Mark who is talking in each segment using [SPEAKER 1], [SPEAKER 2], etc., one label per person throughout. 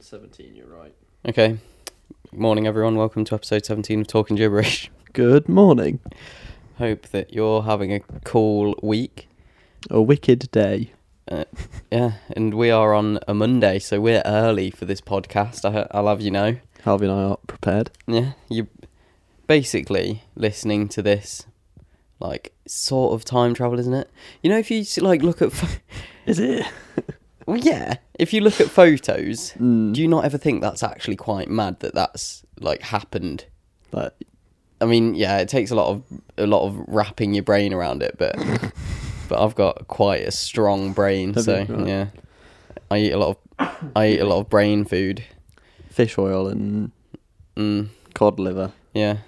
[SPEAKER 1] 17, you're right.
[SPEAKER 2] Okay. Morning, everyone. Welcome to episode 17 of Talking Gibberish.
[SPEAKER 3] Good morning.
[SPEAKER 2] Hope that you're having a cool week.
[SPEAKER 3] A wicked day.
[SPEAKER 2] Yeah, and we are on a Monday, so we're early for this podcast. I, I'll have you know.
[SPEAKER 3] Harvey and I aren't prepared.
[SPEAKER 2] Yeah, you basically listening to this, like, sort of time travel, isn't it? You know, if you, s- like, look at. pho-
[SPEAKER 3] Is it?
[SPEAKER 2] well, yeah. If you look at photos,
[SPEAKER 3] Mm.
[SPEAKER 2] do you not ever think that's actually quite mad that that's, like, happened?
[SPEAKER 3] Like,
[SPEAKER 2] I mean, yeah, it takes a lot of a lot of wrapping your brain around it, but but I've got quite a strong brain,
[SPEAKER 3] Have
[SPEAKER 2] so
[SPEAKER 3] you? Right.
[SPEAKER 2] yeah, I eat a lot of I eat a lot of brain food.
[SPEAKER 3] fish oil and
[SPEAKER 2] Mm,
[SPEAKER 3] cod liver.
[SPEAKER 2] yeah,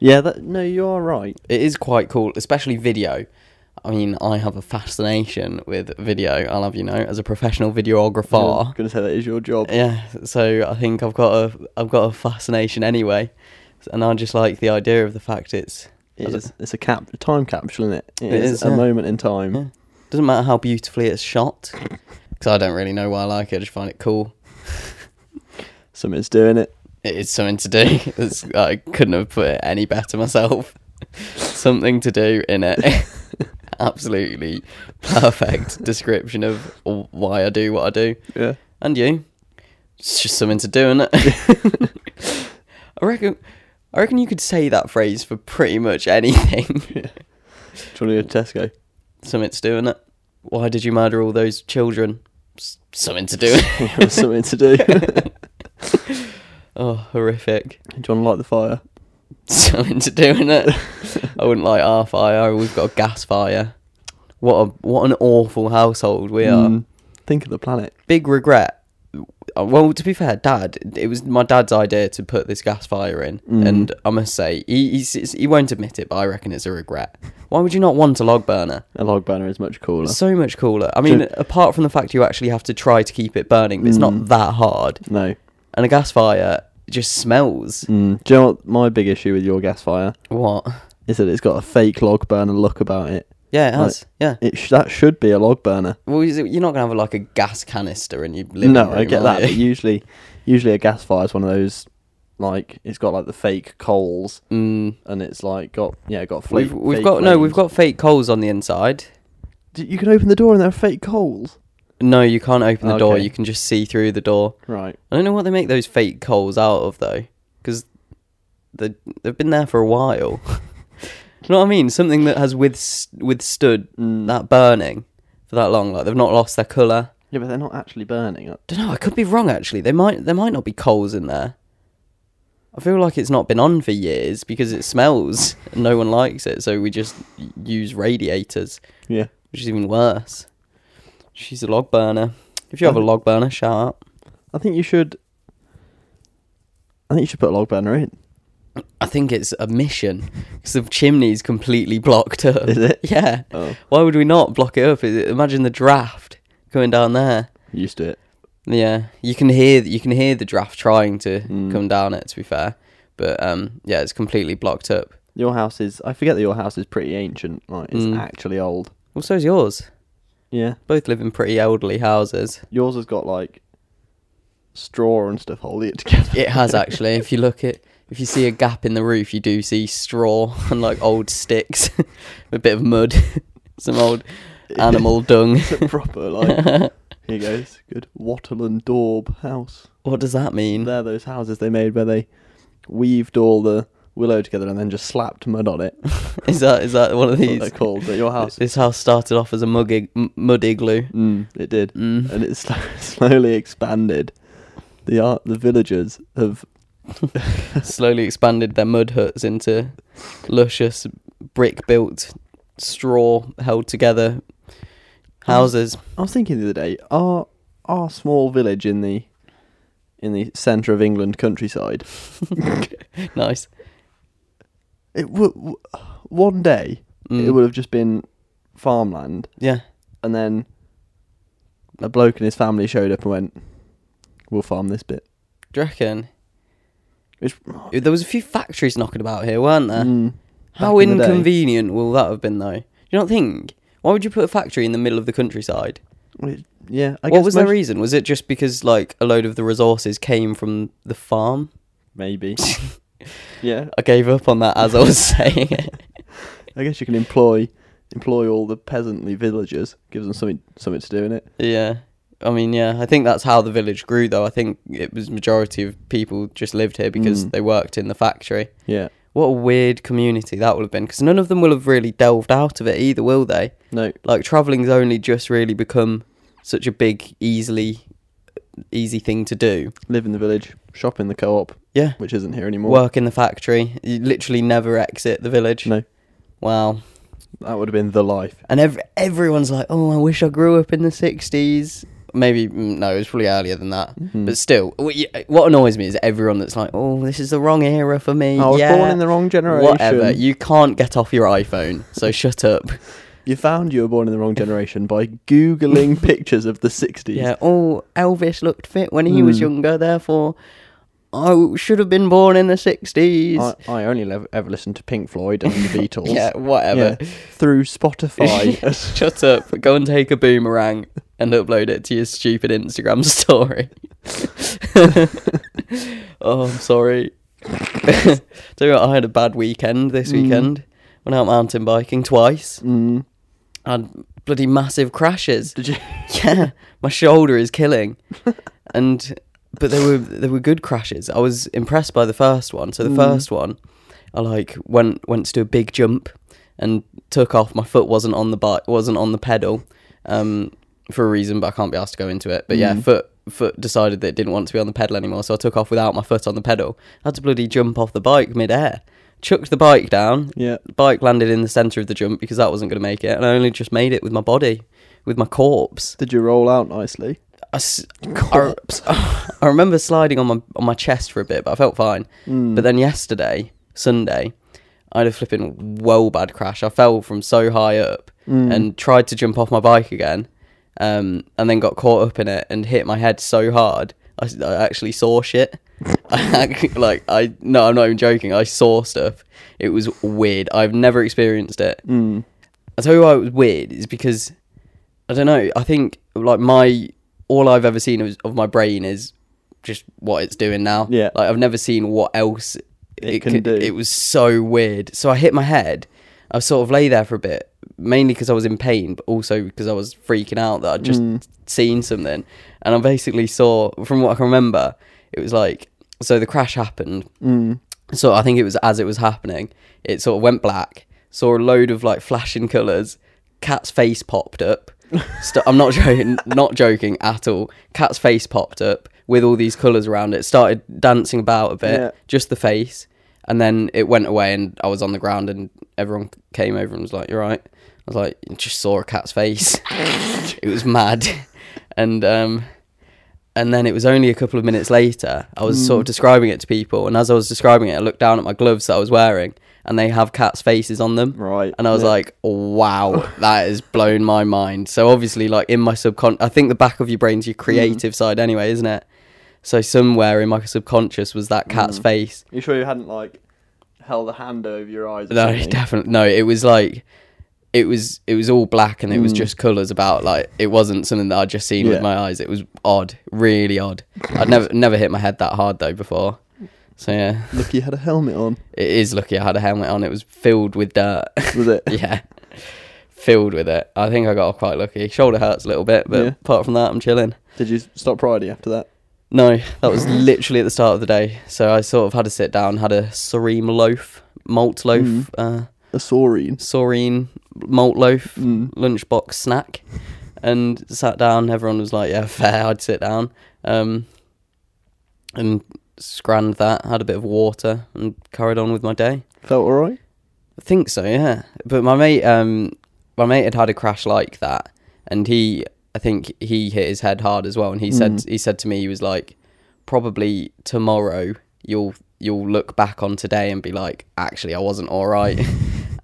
[SPEAKER 3] Yeah, that no, you are right.
[SPEAKER 2] it is quite cool, especially video. I mean, I have a fascination with video. I'll have you know, as a professional
[SPEAKER 3] I'm
[SPEAKER 2] videographer.
[SPEAKER 3] gonna say that is your job.
[SPEAKER 2] Yeah, so I think I've got a I've got a fascination anyway, and I just like the idea of the fact it's
[SPEAKER 3] It is, it's a cap time capsule, isn't it?
[SPEAKER 2] It is,
[SPEAKER 3] a
[SPEAKER 2] yeah.
[SPEAKER 3] moment in time.
[SPEAKER 2] Yeah. Doesn't matter how beautifully it's shot, because I don't really know why I like it. I just find it cool.
[SPEAKER 3] Something's doing it.
[SPEAKER 2] It is something to do. It's, I couldn't have put it any better myself. something to do in it. Absolutely perfect description of why I do what I do.
[SPEAKER 3] Yeah.
[SPEAKER 2] And you, it's just something to do in it. I reckon. I reckon you could say that phrase for pretty much anything.
[SPEAKER 3] Do you want to go to Tesco?
[SPEAKER 2] something to do in it. Why did you murder all those children? S- something to do.
[SPEAKER 3] It was something to do. do you
[SPEAKER 2] Oh, horrific.
[SPEAKER 3] want to light the fire?
[SPEAKER 2] Something to do in it. I wouldn't like our fire. We've got a gas fire. What a what an awful household we are.
[SPEAKER 3] Mm. Think of the planet.
[SPEAKER 2] Big regret. Uh, Well, to be fair, Dad, it was my dad's idea to put this gas fire in,
[SPEAKER 3] Mm.
[SPEAKER 2] and I must say he he's, it's- he won't admit it, but I reckon it's a regret. Why would you not want a log burner?
[SPEAKER 3] A log burner is much cooler.
[SPEAKER 2] So much cooler. I mean,
[SPEAKER 3] Do-
[SPEAKER 2] apart from the fact you actually have to try to keep it burning, but it's not
[SPEAKER 3] Mm.
[SPEAKER 2] that hard.
[SPEAKER 3] no.
[SPEAKER 2] And a gas fire just smells.
[SPEAKER 3] Mm. Do you know what my big issue with your gas fire
[SPEAKER 2] What?
[SPEAKER 3] is that it's got a fake log burner look about it.
[SPEAKER 2] Yeah, it
[SPEAKER 3] Like-
[SPEAKER 2] has. yeah.
[SPEAKER 3] It sh- that should be a log burner.
[SPEAKER 2] Well, is it- you're not gonna have like a gas canister in your living
[SPEAKER 3] no,
[SPEAKER 2] room.
[SPEAKER 3] I get
[SPEAKER 2] are
[SPEAKER 3] that. But
[SPEAKER 2] you?
[SPEAKER 3] usually, usually a gas fire is one of those, like it's got like the fake coals,
[SPEAKER 2] Mm,
[SPEAKER 3] and it's like got yeah got fla-
[SPEAKER 2] we've we've
[SPEAKER 3] fake
[SPEAKER 2] got no, we've
[SPEAKER 3] flames.
[SPEAKER 2] got fake coals on the inside.
[SPEAKER 3] D- You can open the door and there are fake coals.
[SPEAKER 2] No, you can't open the door.
[SPEAKER 3] Okay.
[SPEAKER 2] You can just see through the door.
[SPEAKER 3] Right.
[SPEAKER 2] I don't know what they make those fake coals out of though, because they they've been there for a while. Do you know what I mean? Something that has with withstood
[SPEAKER 3] Mm.
[SPEAKER 2] that burning for that long. Like they've not lost their color.
[SPEAKER 3] Yeah, but they're not actually burning. Uh,
[SPEAKER 2] Don't know. I could be wrong. Actually, they might. There might not be coals in there. I feel like it's not been on for years because it smells and no one likes it. So we just use radiators,
[SPEAKER 3] Yeah.
[SPEAKER 2] which is even worse. She's a log burner. If you have a
[SPEAKER 3] Okay.
[SPEAKER 2] log burner, shout out.
[SPEAKER 3] I think you should. I think you should put a log burner in.
[SPEAKER 2] I think it's a mission because the chimney's completely blocked up.
[SPEAKER 3] Is it?
[SPEAKER 2] Yeah.
[SPEAKER 3] Oh,
[SPEAKER 2] Why would we not block it up? Is- Imagine the draft going down there.
[SPEAKER 3] used to it.
[SPEAKER 2] Yeah, you can hear you can hear the draft trying to
[SPEAKER 3] Mm.
[SPEAKER 2] come down it. To be fair, but um, yeah, it's completely blocked up.
[SPEAKER 3] Your house is. I forget that your house is pretty ancient. Like it's
[SPEAKER 2] Mm.
[SPEAKER 3] actually old.
[SPEAKER 2] Well, so's yours.
[SPEAKER 3] Yeah.
[SPEAKER 2] Both live in pretty elderly houses.
[SPEAKER 3] Yours has got like straw and stuff holding it together.
[SPEAKER 2] It has actually. if you look at if you see a gap in the roof, you do see straw and like old sticks, a bit of mud, some old animal dung.
[SPEAKER 3] It's a proper like here goes good wattle and daub house.
[SPEAKER 2] What does that mean?
[SPEAKER 3] They're those houses they made where they weaved all the willow together and then just slapped mud on it. That's
[SPEAKER 2] Is that is that one of
[SPEAKER 3] what
[SPEAKER 2] these?
[SPEAKER 3] they're called. But your house,
[SPEAKER 2] This house started off as a mug ig- m- mud igloo.
[SPEAKER 3] mm, it did,
[SPEAKER 2] Mm.
[SPEAKER 3] and it sl- slowly expanded. The art, the villagers have
[SPEAKER 2] slowly expanded their mud huts into luscious brick built straw held together houses.
[SPEAKER 3] I was thinking the other day, our our small village in the in the centre of England countryside.
[SPEAKER 2] nice.
[SPEAKER 3] It w- w- one day
[SPEAKER 2] Mm.
[SPEAKER 3] it would have just been farmland,
[SPEAKER 2] Yeah.
[SPEAKER 3] and then a bloke and his family showed up and went, "We'll farm this bit."
[SPEAKER 2] Do you reckon?
[SPEAKER 3] It's,
[SPEAKER 2] There was a few factories knocking about here, weren't there?
[SPEAKER 3] Mm.
[SPEAKER 2] How
[SPEAKER 3] back in the day.
[SPEAKER 2] inconvenient will that have been though? Do you not think? Why would you put a factory in the middle of the countryside?
[SPEAKER 3] It- Yeah. I
[SPEAKER 2] what
[SPEAKER 3] guess
[SPEAKER 2] was
[SPEAKER 3] most-
[SPEAKER 2] their reason? Was it just because like a load of the resources came from the farm?
[SPEAKER 3] Maybe. yeah.
[SPEAKER 2] I gave up on that as I was saying it.
[SPEAKER 3] I guess you can employ employ all the peasantly villagers. Gives them something something to do in it.
[SPEAKER 2] Yeah. I mean, yeah, I think that's how the village grew though. I think it was majority of people just lived here because
[SPEAKER 3] Mm.
[SPEAKER 2] they worked in the factory.
[SPEAKER 3] Yeah.
[SPEAKER 2] What a weird community that would have been because none of them will have really delved out of it either, will they?
[SPEAKER 3] No.
[SPEAKER 2] Like traveling's only just really become such a big easily easy thing to do.
[SPEAKER 3] Live in the village. Shop in the co-op,
[SPEAKER 2] Yeah.
[SPEAKER 3] which isn't here anymore.
[SPEAKER 2] Work in the factory. You literally never exit the village.
[SPEAKER 3] No.
[SPEAKER 2] Wow.
[SPEAKER 3] That would have been the life.
[SPEAKER 2] And ev- everyone's like, "Oh, I wish I grew up in the '60s." Maybe mm, no, it was probably earlier than that.
[SPEAKER 3] Mhm.
[SPEAKER 2] But still, wh- y- what annoys me is everyone that's like, "Oh, this is the wrong era for me."
[SPEAKER 3] I was
[SPEAKER 2] yeah,
[SPEAKER 3] born in the wrong generation.
[SPEAKER 2] whatever. You can't get off your iPhone, so shut up.
[SPEAKER 3] You found you were born in the wrong generation by googling pictures of the 60s.
[SPEAKER 2] Yeah. Oh, Elvis looked fit when he was
[SPEAKER 3] Mm.
[SPEAKER 2] younger, therefore I should have been born in the '60s.
[SPEAKER 3] I, I only lev- ever listened to Pink Floyd and the Beatles.
[SPEAKER 2] yeah, whatever.
[SPEAKER 3] Yeah. Through Spotify.
[SPEAKER 2] Shut up. Go and take a boomerang and upload it to your stupid Instagram story. oh, I'm sorry. Do you know what? I had a bad weekend this
[SPEAKER 3] Mm.
[SPEAKER 2] weekend. Went out mountain biking twice.
[SPEAKER 3] mm.
[SPEAKER 2] Had bloody massive crashes.
[SPEAKER 3] Did you?
[SPEAKER 2] Yeah, my shoulder is killing. And but they were they were good crashes. I was impressed by the first one. So the
[SPEAKER 3] Mm.
[SPEAKER 2] first one, I like went went to do a big jump and took off. My foot wasn't on the bike, wasn't on the pedal, um, for a reason, but I can't be asked to go into it. But yeah,
[SPEAKER 3] Mm.
[SPEAKER 2] foot foot decided that it didn't want to be on the pedal anymore, so I took off without my foot on the pedal. I had to bloody jump off the bike mid air. Chucked the bike down,
[SPEAKER 3] Yeah.
[SPEAKER 2] bike landed in the center of the jump because that wasn't going to make it, and I only just made it with my body, with my corpse.
[SPEAKER 3] Did you roll out nicely?
[SPEAKER 2] I, s- I- I remember sliding on my on my chest for a bit, but I felt fine.
[SPEAKER 3] Mm.
[SPEAKER 2] But then yesterday, Sunday, I had a flipping well bad crash. I fell from so high up
[SPEAKER 3] Mm.
[SPEAKER 2] and tried to jump off my bike again, um, and then got caught up in it and hit my head so hard I, s- I actually saw shit. I actually, like I no, I'm not even joking. I saw stuff. It was weird. I've never experienced it.
[SPEAKER 3] Mm.
[SPEAKER 2] I tell you why it was weird is because I don't know. I think like my all I've ever seen of, of my brain is just what it's doing now.
[SPEAKER 3] Yeah.
[SPEAKER 2] like I've never seen what else it,
[SPEAKER 3] can
[SPEAKER 2] c-
[SPEAKER 3] do.
[SPEAKER 2] It was so weird. So I hit my head. I sort of lay there for a bit, mainly because I was in pain, but also because I was freaking out that I'd just
[SPEAKER 3] Mm.
[SPEAKER 2] seen something. And I basically saw, from what I can remember, it was like so the crash happened,
[SPEAKER 3] Mm.
[SPEAKER 2] so I think it was as it was happening, it sort of went black, saw a load of like flashing colours, cat's face popped up. St- I'm not joking, not joking at all. Cat's face popped up with all these colours around it, started dancing about a bit,
[SPEAKER 3] Yeah.
[SPEAKER 2] just the face, and then it went away and I was on the ground and everyone came over and was like, You're right. I was like, "You just saw a cat's face. it was mad. And um and then it was only a couple of minutes later I was sort of describing it to people and as I was describing it I looked down at my gloves that I was wearing and they have cats faces on them
[SPEAKER 3] Right.
[SPEAKER 2] and I was
[SPEAKER 3] Yeah.
[SPEAKER 2] like wow that has blown my mind so obviously like in my subcon I think the back of your brain's
[SPEAKER 3] Hmm.
[SPEAKER 2] your creative side anyway isn't it so somewhere in my subconscious was that cat's
[SPEAKER 3] Hmm.
[SPEAKER 2] face
[SPEAKER 3] You sure you hadn't, like, held a hand over your eyes? Or
[SPEAKER 2] no
[SPEAKER 3] something?
[SPEAKER 2] definitely no it was like it was it was all black and it was just colors about like it wasn't something that I'd just seen
[SPEAKER 3] Hmm. Yeah.
[SPEAKER 2] with my eyes it was odd really odd I'd never never hit my head that hard though before so yeah
[SPEAKER 3] Look, you had a helmet on.
[SPEAKER 2] it is lucky I had a helmet on it was filled with dirt
[SPEAKER 3] Was it?
[SPEAKER 2] yeah filled with it I think I got off quite lucky shoulder hurts a little bit but
[SPEAKER 3] Yeah.
[SPEAKER 2] apart from that I'm chilling
[SPEAKER 3] Did you stop Friday after that?
[SPEAKER 2] no that was literally at the start of the day so I sort of had to sit down had a serene loaf malt loaf
[SPEAKER 3] Mm.
[SPEAKER 2] uh
[SPEAKER 3] A saurine.
[SPEAKER 2] saurine malt loaf
[SPEAKER 3] Mm.
[SPEAKER 2] lunchbox snack and sat down everyone was like yeah fair i'd sit down um and scranned that had a bit of water and carried on with my day
[SPEAKER 3] Felt alright?
[SPEAKER 2] i think so yeah but my mate um my mate had had a crash like that and he i think he hit his head hard as well and he said
[SPEAKER 3] Mm.
[SPEAKER 2] he said to me he was like probably tomorrow you'll you'll look back on today and be like actually i wasn't all right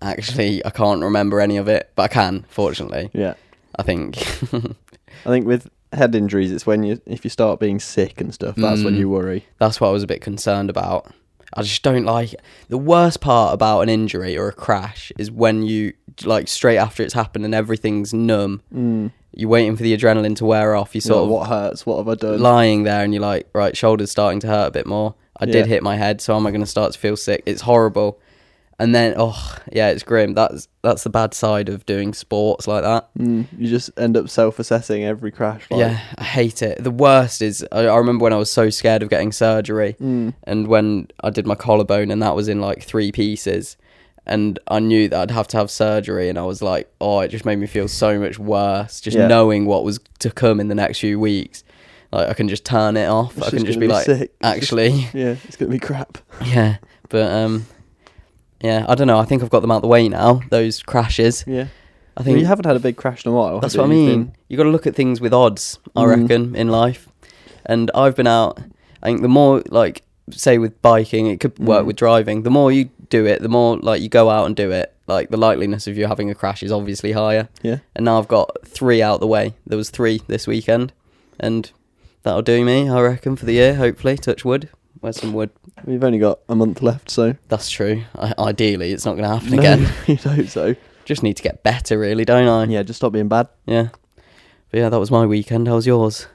[SPEAKER 2] actually i can't remember any of it but i can fortunately
[SPEAKER 3] Yeah.
[SPEAKER 2] i think
[SPEAKER 3] I think with head injuries, it's when you if you start being sick and stuff. That's when
[SPEAKER 2] Mm.
[SPEAKER 3] you worry.
[SPEAKER 2] that's what I was a bit concerned about. I just don't like it. The worst part about an injury or a crash is when you like straight after it's happened and everything's numb. Mm. You're waiting for the adrenaline to wear off. You sort
[SPEAKER 3] Sort
[SPEAKER 2] of
[SPEAKER 3] what hurts? What have I done?
[SPEAKER 2] lying there and you're like, right, shoulders starting to hurt a bit more. I
[SPEAKER 3] Yeah.
[SPEAKER 2] did hit my head, so am I going to start to feel sick? It's horrible. And then, oh yeah, it's grim. That's that's the bad side of doing sports like that.
[SPEAKER 3] Mm, you just end up self-assessing every crash. Like,
[SPEAKER 2] Yeah, I hate it. The worst is I, I remember when I was so scared of getting surgery,
[SPEAKER 3] Mm.
[SPEAKER 2] and when I did my collarbone, and that was in like three pieces, and I knew that I'd have to have surgery, and I was like, oh, it just made me feel so much worse just
[SPEAKER 3] Yeah.
[SPEAKER 2] knowing what was to come in the next few weeks. Like I can just turn it off. I
[SPEAKER 3] just
[SPEAKER 2] can
[SPEAKER 3] gonna
[SPEAKER 2] just be,
[SPEAKER 3] be
[SPEAKER 2] like,
[SPEAKER 3] sick. It's just-
[SPEAKER 2] actually,
[SPEAKER 3] yeah, it's gonna be crap.
[SPEAKER 2] yeah. But um, yeah, I don't know. I think I've got them out the way now. Those crashes.
[SPEAKER 3] Yeah,
[SPEAKER 2] I
[SPEAKER 3] I
[SPEAKER 2] think
[SPEAKER 3] think you haven't had a big crash in a while.
[SPEAKER 2] that's
[SPEAKER 3] have
[SPEAKER 2] what I
[SPEAKER 3] you? You've
[SPEAKER 2] mean.
[SPEAKER 3] been-
[SPEAKER 2] You got to look at things with odds, I
[SPEAKER 3] Mm.
[SPEAKER 2] reckon, in life. And I've been out. I think the more like say with biking, it could work
[SPEAKER 3] Mm.
[SPEAKER 2] with driving. The more you do it, the more like you go out and do it. Like the likeliness of you having a crash is obviously higher.
[SPEAKER 3] Yeah,
[SPEAKER 2] And now I've got three out the way. There was three this weekend, and that'll do me, I reckon, for the year. Hopefully, touch wood. Where's some wood?
[SPEAKER 3] we've only got a month left, so
[SPEAKER 2] That's true. I- ideally, it's not going to happen
[SPEAKER 3] No,
[SPEAKER 2] again.
[SPEAKER 3] you'd hope so.
[SPEAKER 2] Just need to get better, really, don't I?
[SPEAKER 3] Yeah, just stop being bad.
[SPEAKER 2] Yeah. But yeah, that was my weekend. How was yours?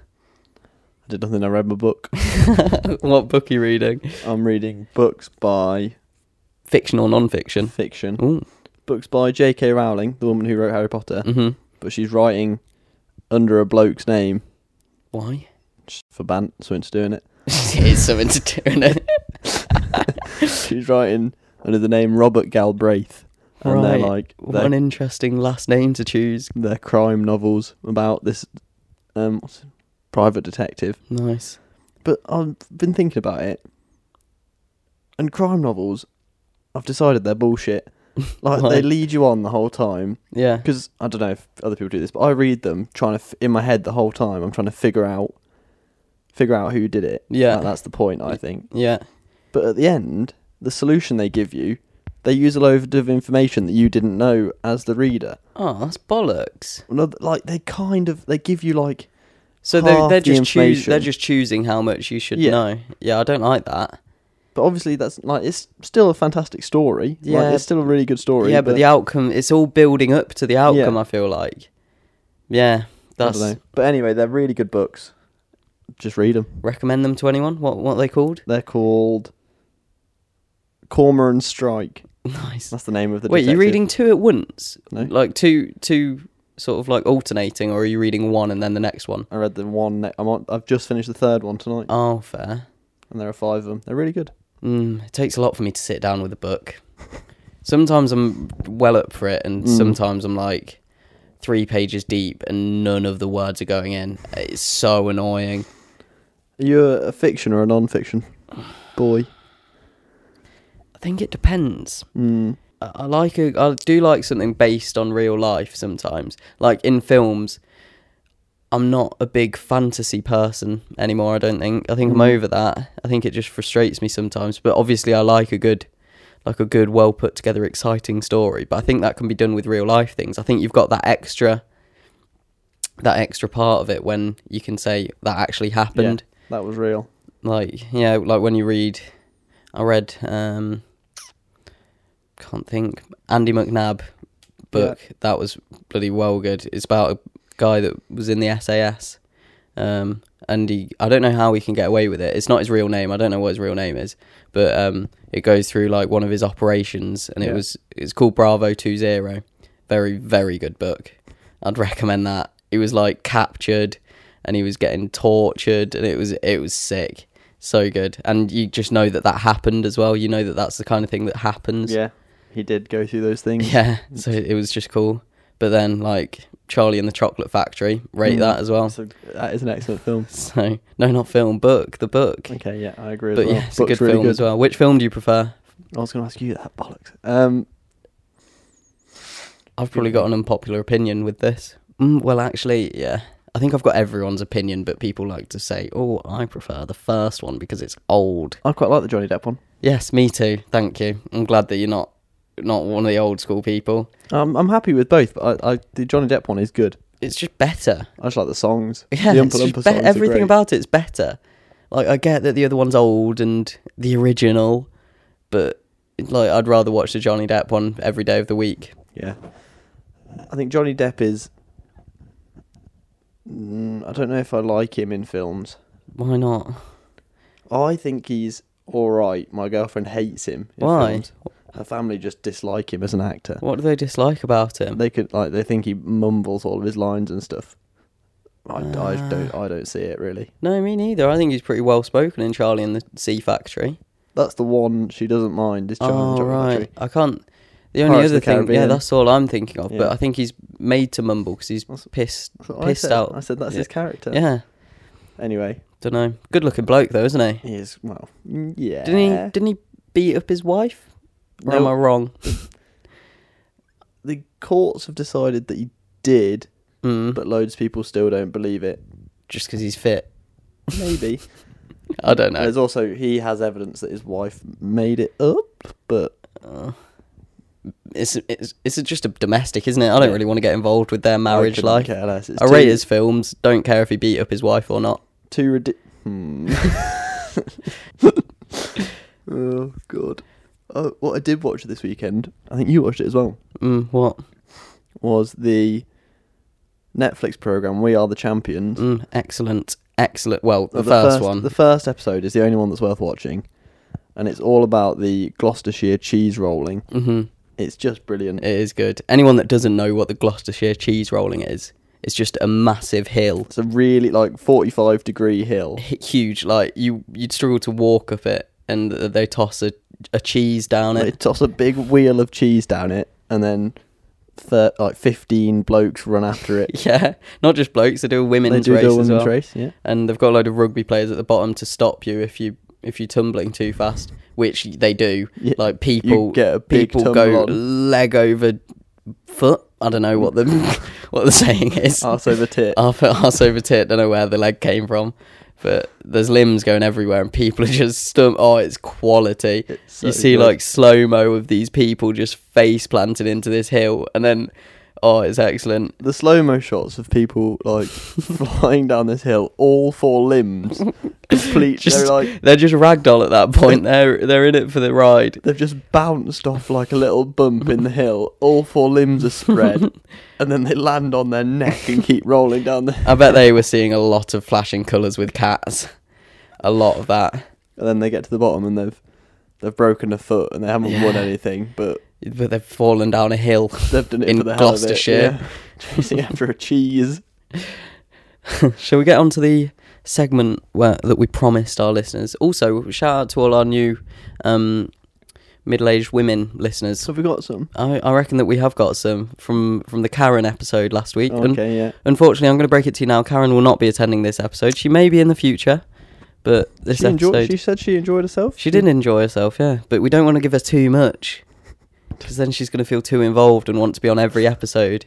[SPEAKER 3] I did nothing. I read my book.
[SPEAKER 2] what book are you reading?
[SPEAKER 3] I'm reading books by
[SPEAKER 2] Fiction or non-fiction?
[SPEAKER 3] fiction.
[SPEAKER 2] Ooh.
[SPEAKER 3] Books by J.K. Rowling, the woman who wrote Harry Potter,
[SPEAKER 2] hmm
[SPEAKER 3] but she's writing under a bloke's name
[SPEAKER 2] Why?
[SPEAKER 3] just for bant, so it's doing it.
[SPEAKER 2] Here's something to do in it.
[SPEAKER 3] She's writing under the name Robert Galbraith, and
[SPEAKER 2] Right.
[SPEAKER 3] they're like
[SPEAKER 2] What
[SPEAKER 3] they're,
[SPEAKER 2] an interesting last name to choose.
[SPEAKER 3] they're crime novels about this um what's it? private detective.
[SPEAKER 2] Nice.
[SPEAKER 3] But I've been thinking about it, and crime novels, I've decided they're bullshit. Like
[SPEAKER 2] Why?
[SPEAKER 3] they lead you on the whole time.
[SPEAKER 2] Yeah.
[SPEAKER 3] because I don't know if other people do this, but I read them trying to f- in my head the whole time. I'm trying to figure out, figure out who did it.
[SPEAKER 2] Yeah.
[SPEAKER 3] Like, that's the point I think.
[SPEAKER 2] Yeah.
[SPEAKER 3] But at the end, the solution they give you, they use a load of information that you didn't know as the reader.
[SPEAKER 2] Oh, that's bollocks.
[SPEAKER 3] No, th- Like they kind of they give you like
[SPEAKER 2] So they're,
[SPEAKER 3] Half
[SPEAKER 2] they're
[SPEAKER 3] the
[SPEAKER 2] just choos-
[SPEAKER 3] information.
[SPEAKER 2] they're just choosing how much you should
[SPEAKER 3] Yeah.
[SPEAKER 2] know. Yeah, I don't like that.
[SPEAKER 3] but obviously that's like it's still a fantastic story.
[SPEAKER 2] Yeah.
[SPEAKER 3] Like, it's still a really good story.
[SPEAKER 2] yeah, but, the outcome it's all building up to the outcome. I feel like. Yeah,
[SPEAKER 3] I
[SPEAKER 2] that's
[SPEAKER 3] don't know. But anyway, they're really good books. Just read them.
[SPEAKER 2] recommend them to anyone. What what are they called?
[SPEAKER 3] They're called Cormoran Strike.
[SPEAKER 2] Nice.
[SPEAKER 3] That's the name of the.
[SPEAKER 2] Wait, you're
[SPEAKER 3] detective.
[SPEAKER 2] reading two at once?
[SPEAKER 3] No.
[SPEAKER 2] Like two two sort of like alternating or are you reading one and then the next one?
[SPEAKER 3] I read the one. Ne- I'm on, I've just finished the third one tonight,
[SPEAKER 2] Oh, fair.
[SPEAKER 3] and there are five of them. They're really good.
[SPEAKER 2] Mm, it takes a lot for me to sit down with a book. Sometimes I'm well up for it and
[SPEAKER 3] Mm.
[SPEAKER 2] sometimes I'm like 3 pages deep and none of the words are going in. It's so annoying.
[SPEAKER 3] Are you a, a fiction or a non-fiction boy?
[SPEAKER 2] I think it depends.
[SPEAKER 3] Mm.
[SPEAKER 2] I I like a, I do like something based on real life sometimes. Like in films, I'm not a big fantasy person anymore. I don't think. I think I'm over that. I think it just frustrates me sometimes. But obviously, I like a good, like a good, well put together, exciting story. But I think that can be done with real life things. I think you've got that extra, that extra part of it when you can say that actually happened
[SPEAKER 3] That was real.
[SPEAKER 2] like yeah like when you read i read um can't think andy mcnabb book that was bloody well good it's about a guy that was in the sas um and he i don't know how he can get away with it it's not his real name i don't know what his real name is but um it goes through like one of his operations and it
[SPEAKER 3] Yeah.
[SPEAKER 2] was it's called bravo 20 very very good book i'd recommend that he was like captured and he was getting tortured and it was it was sick so good and you just know that that happened as well you know that that's the kind of thing that happens
[SPEAKER 3] Yeah, he did go through those things.
[SPEAKER 2] yeah so it was just cool but then like charlie and the chocolate factory rate
[SPEAKER 3] Mm.
[SPEAKER 2] that as well
[SPEAKER 3] So that is an excellent film.
[SPEAKER 2] so no not film book the book
[SPEAKER 3] Okay, yeah, I agree. As
[SPEAKER 2] but
[SPEAKER 3] well.
[SPEAKER 2] yeah it's a
[SPEAKER 3] Book's
[SPEAKER 2] good film as well which film do you prefer
[SPEAKER 3] I was going to ask you that bollocks. Um,
[SPEAKER 2] i've probably got an unpopular opinion with this mm, well actually yeah i think i've got everyone's opinion but people like to say oh i prefer the first one because it's old
[SPEAKER 3] I quite like the Johnny Depp one.
[SPEAKER 2] Yes, me too. Thank you. I'm glad that you're not not one of the old school people.
[SPEAKER 3] Um, I'm happy with both, but I, I the Johnny Depp one is good.
[SPEAKER 2] It's just better.
[SPEAKER 3] I just like the songs.
[SPEAKER 2] Yeah,
[SPEAKER 3] the
[SPEAKER 2] it's just
[SPEAKER 3] Oompa
[SPEAKER 2] be-
[SPEAKER 3] songs are
[SPEAKER 2] everything
[SPEAKER 3] great.
[SPEAKER 2] about it's better. Like I get that the other one's old and the original, but like I'd rather watch the Johnny Depp one every day of the week.
[SPEAKER 3] Yeah. I think Johnny Depp is. Mm, I don't know if I like him in films.
[SPEAKER 2] Why not?
[SPEAKER 3] I think he's all right. My girlfriend hates him. In
[SPEAKER 2] Why?
[SPEAKER 3] Films. Her family just dislike him as an actor.
[SPEAKER 2] What do they dislike about him?
[SPEAKER 3] They could like they think he mumbles all of his lines and stuff. I, I don't
[SPEAKER 2] Ah.
[SPEAKER 3] I don't see it really.
[SPEAKER 2] no, me neither. I think he's pretty well spoken in Charlie and the Sea Factory.
[SPEAKER 3] That's the one she doesn't mind. Is Charlie
[SPEAKER 2] oh
[SPEAKER 3] and Chocolate
[SPEAKER 2] right,
[SPEAKER 3] Factory.
[SPEAKER 2] I can't. The only
[SPEAKER 3] Pirates of
[SPEAKER 2] other
[SPEAKER 3] the
[SPEAKER 2] thing, yeah,
[SPEAKER 3] Caribbean.
[SPEAKER 2] that's all I'm thinking of.
[SPEAKER 3] Yeah.
[SPEAKER 2] But I think he's made to mumble because he's
[SPEAKER 3] That's-
[SPEAKER 2] pissed,
[SPEAKER 3] That's what
[SPEAKER 2] pissed
[SPEAKER 3] I said.
[SPEAKER 2] out.
[SPEAKER 3] I said that's
[SPEAKER 2] yeah.
[SPEAKER 3] his character.
[SPEAKER 2] Yeah,
[SPEAKER 3] Anyway,
[SPEAKER 2] don't know. Good looking bloke though, isn't he?
[SPEAKER 3] he is well. mm, Yeah.
[SPEAKER 2] Didn't he? Didn't he beat up his wife? Or am
[SPEAKER 3] No.
[SPEAKER 2] I wrong?
[SPEAKER 3] the courts have decided that he did,
[SPEAKER 2] Mm,
[SPEAKER 3] but loads of people still don't believe it.
[SPEAKER 2] just because he's fit.
[SPEAKER 3] Maybe.
[SPEAKER 2] I don't know.
[SPEAKER 3] There's also he has evidence that his wife made it up, but
[SPEAKER 2] It's it's it's just a domestic, isn't it? I don't really want to get involved with their marriage
[SPEAKER 3] couldn't
[SPEAKER 2] life.
[SPEAKER 3] care less. It's
[SPEAKER 2] I
[SPEAKER 3] too-
[SPEAKER 2] rate his films. Don't care if he beat up his wife or not.
[SPEAKER 3] too ridiculous. Hmm. oh god. Oh, what I did watch this weekend, I think you watched it as well,
[SPEAKER 2] Mm, what?
[SPEAKER 3] was the Netflix program We Are the Champions.
[SPEAKER 2] Mm, excellent, excellent. Well, the,
[SPEAKER 3] Uh,
[SPEAKER 2] first, one.
[SPEAKER 3] The first episode is the only one that's worth watching, and it's all about the Gloucestershire cheese rolling.
[SPEAKER 2] hmm
[SPEAKER 3] It's just brilliant.
[SPEAKER 2] It is good. Anyone that doesn't know what the Gloucestershire cheese rolling is, it's just a massive hill,
[SPEAKER 3] It's a really like 45 degree hill.
[SPEAKER 2] H- huge. Like you, you'd struggle to walk up it, and th- they toss a, a cheese down
[SPEAKER 3] They
[SPEAKER 2] it.
[SPEAKER 3] toss a big wheel of cheese down it, and then thir- like 15 blokes run after it.
[SPEAKER 2] Yeah, not just blokes. They do a
[SPEAKER 3] they
[SPEAKER 2] women's
[SPEAKER 3] do
[SPEAKER 2] race
[SPEAKER 3] do a
[SPEAKER 2] as
[SPEAKER 3] women's
[SPEAKER 2] well,
[SPEAKER 3] race, yeah.
[SPEAKER 2] and they've got a load of rugby players at the bottom to stop you if you if you're tumbling too fast, which they do.
[SPEAKER 3] Yeah,
[SPEAKER 2] Like people,
[SPEAKER 3] get a big
[SPEAKER 2] people
[SPEAKER 3] tumble
[SPEAKER 2] go
[SPEAKER 3] on.
[SPEAKER 2] leg over foot. I don't know what the what the saying is.
[SPEAKER 3] Arse over tit.
[SPEAKER 2] Half arse over tit. Don't know where the leg came from, but there's limbs going everywhere, and people are just stum. Oh, it's quality.
[SPEAKER 3] It's
[SPEAKER 2] you
[SPEAKER 3] so
[SPEAKER 2] see
[SPEAKER 3] good.
[SPEAKER 2] like slow mo of these people just face planted into this hill, and then oh, it's excellent.
[SPEAKER 3] the slow mo shots of people like flying down this hill, all four limbs, complete.
[SPEAKER 2] Just-
[SPEAKER 3] they're like
[SPEAKER 2] They're just ragdoll at that point. They're they're in it for the ride.
[SPEAKER 3] they've just bounced off like a little bump in the hill. All four limbs are spread, and then they land on their neck and keep rolling down the.
[SPEAKER 2] I bet they were seeing a lot of flashing colours with cats. A lot of that.
[SPEAKER 3] And then they get to the bottom and they've they've broken a foot and they haven't won
[SPEAKER 2] Yeah.
[SPEAKER 3] anything, but
[SPEAKER 2] But they've fallen down a hill.
[SPEAKER 3] they've done it
[SPEAKER 2] In
[SPEAKER 3] for the
[SPEAKER 2] Gloucestershire.
[SPEAKER 3] hell of it. Yeah. Chasing after a cheese.
[SPEAKER 2] Shall we get on to the segment where that we promised our listeners? Also, shout out to all our new um, middle-aged women listeners.
[SPEAKER 3] So have we got some?
[SPEAKER 2] I, I reckon that we have got some from from the Karen episode last week. Un-
[SPEAKER 3] Okay, yeah.
[SPEAKER 2] unfortunately, I'm going to break it to you now. Karen will not be attending this episode. She may be in the future, but this
[SPEAKER 3] She, enjoyed,
[SPEAKER 2] episode
[SPEAKER 3] she said she enjoyed herself.
[SPEAKER 2] she did enjoy herself. Yeah, but we don't want to give her too much because then she's going to feel too involved and want to be on every episode.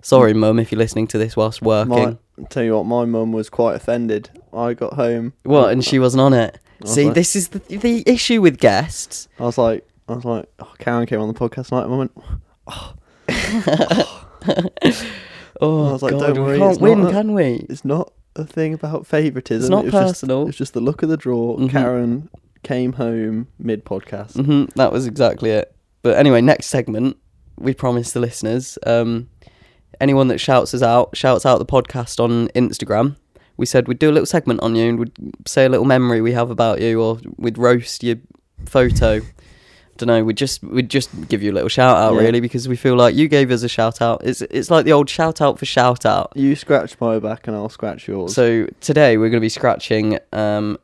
[SPEAKER 2] Sorry, Mum, if you're listening to this whilst working.
[SPEAKER 3] My, tell you what, my mum was quite offended. I got home.
[SPEAKER 2] What? And she wasn't on it.
[SPEAKER 3] was
[SPEAKER 2] See,
[SPEAKER 3] like-
[SPEAKER 2] this is the the issue with guests.
[SPEAKER 3] I was like, I was like, oh, Karen came on the podcast tonight, and I went,
[SPEAKER 2] Oh
[SPEAKER 3] I was like,
[SPEAKER 2] God,
[SPEAKER 3] "Don't
[SPEAKER 2] we
[SPEAKER 3] worry,
[SPEAKER 2] can't
[SPEAKER 3] it's
[SPEAKER 2] win,
[SPEAKER 3] not a-
[SPEAKER 2] can we?
[SPEAKER 3] it's not a thing about favouritism.
[SPEAKER 2] It's not
[SPEAKER 3] it was
[SPEAKER 2] personal."
[SPEAKER 3] Just, it's just the look of the draw.
[SPEAKER 2] Mhm.
[SPEAKER 3] Karen came home mid podcast.
[SPEAKER 2] hmm that was exactly it. But anyway, next segment, we promise the listeners, um, anyone that shouts us out, shouts out the podcast on Instagram. We said we'd do a little segment on you and we'd say a little memory we have about you, or we'd roast your photo. Don't know. We just we'd just give you a little shout out,
[SPEAKER 3] Yeah.
[SPEAKER 2] really, because we feel like you gave us a shout out. It's it's like the old shout out for shout out.
[SPEAKER 3] You scratch my back, and I'll scratch yours.
[SPEAKER 2] So today we're going to be scratching um,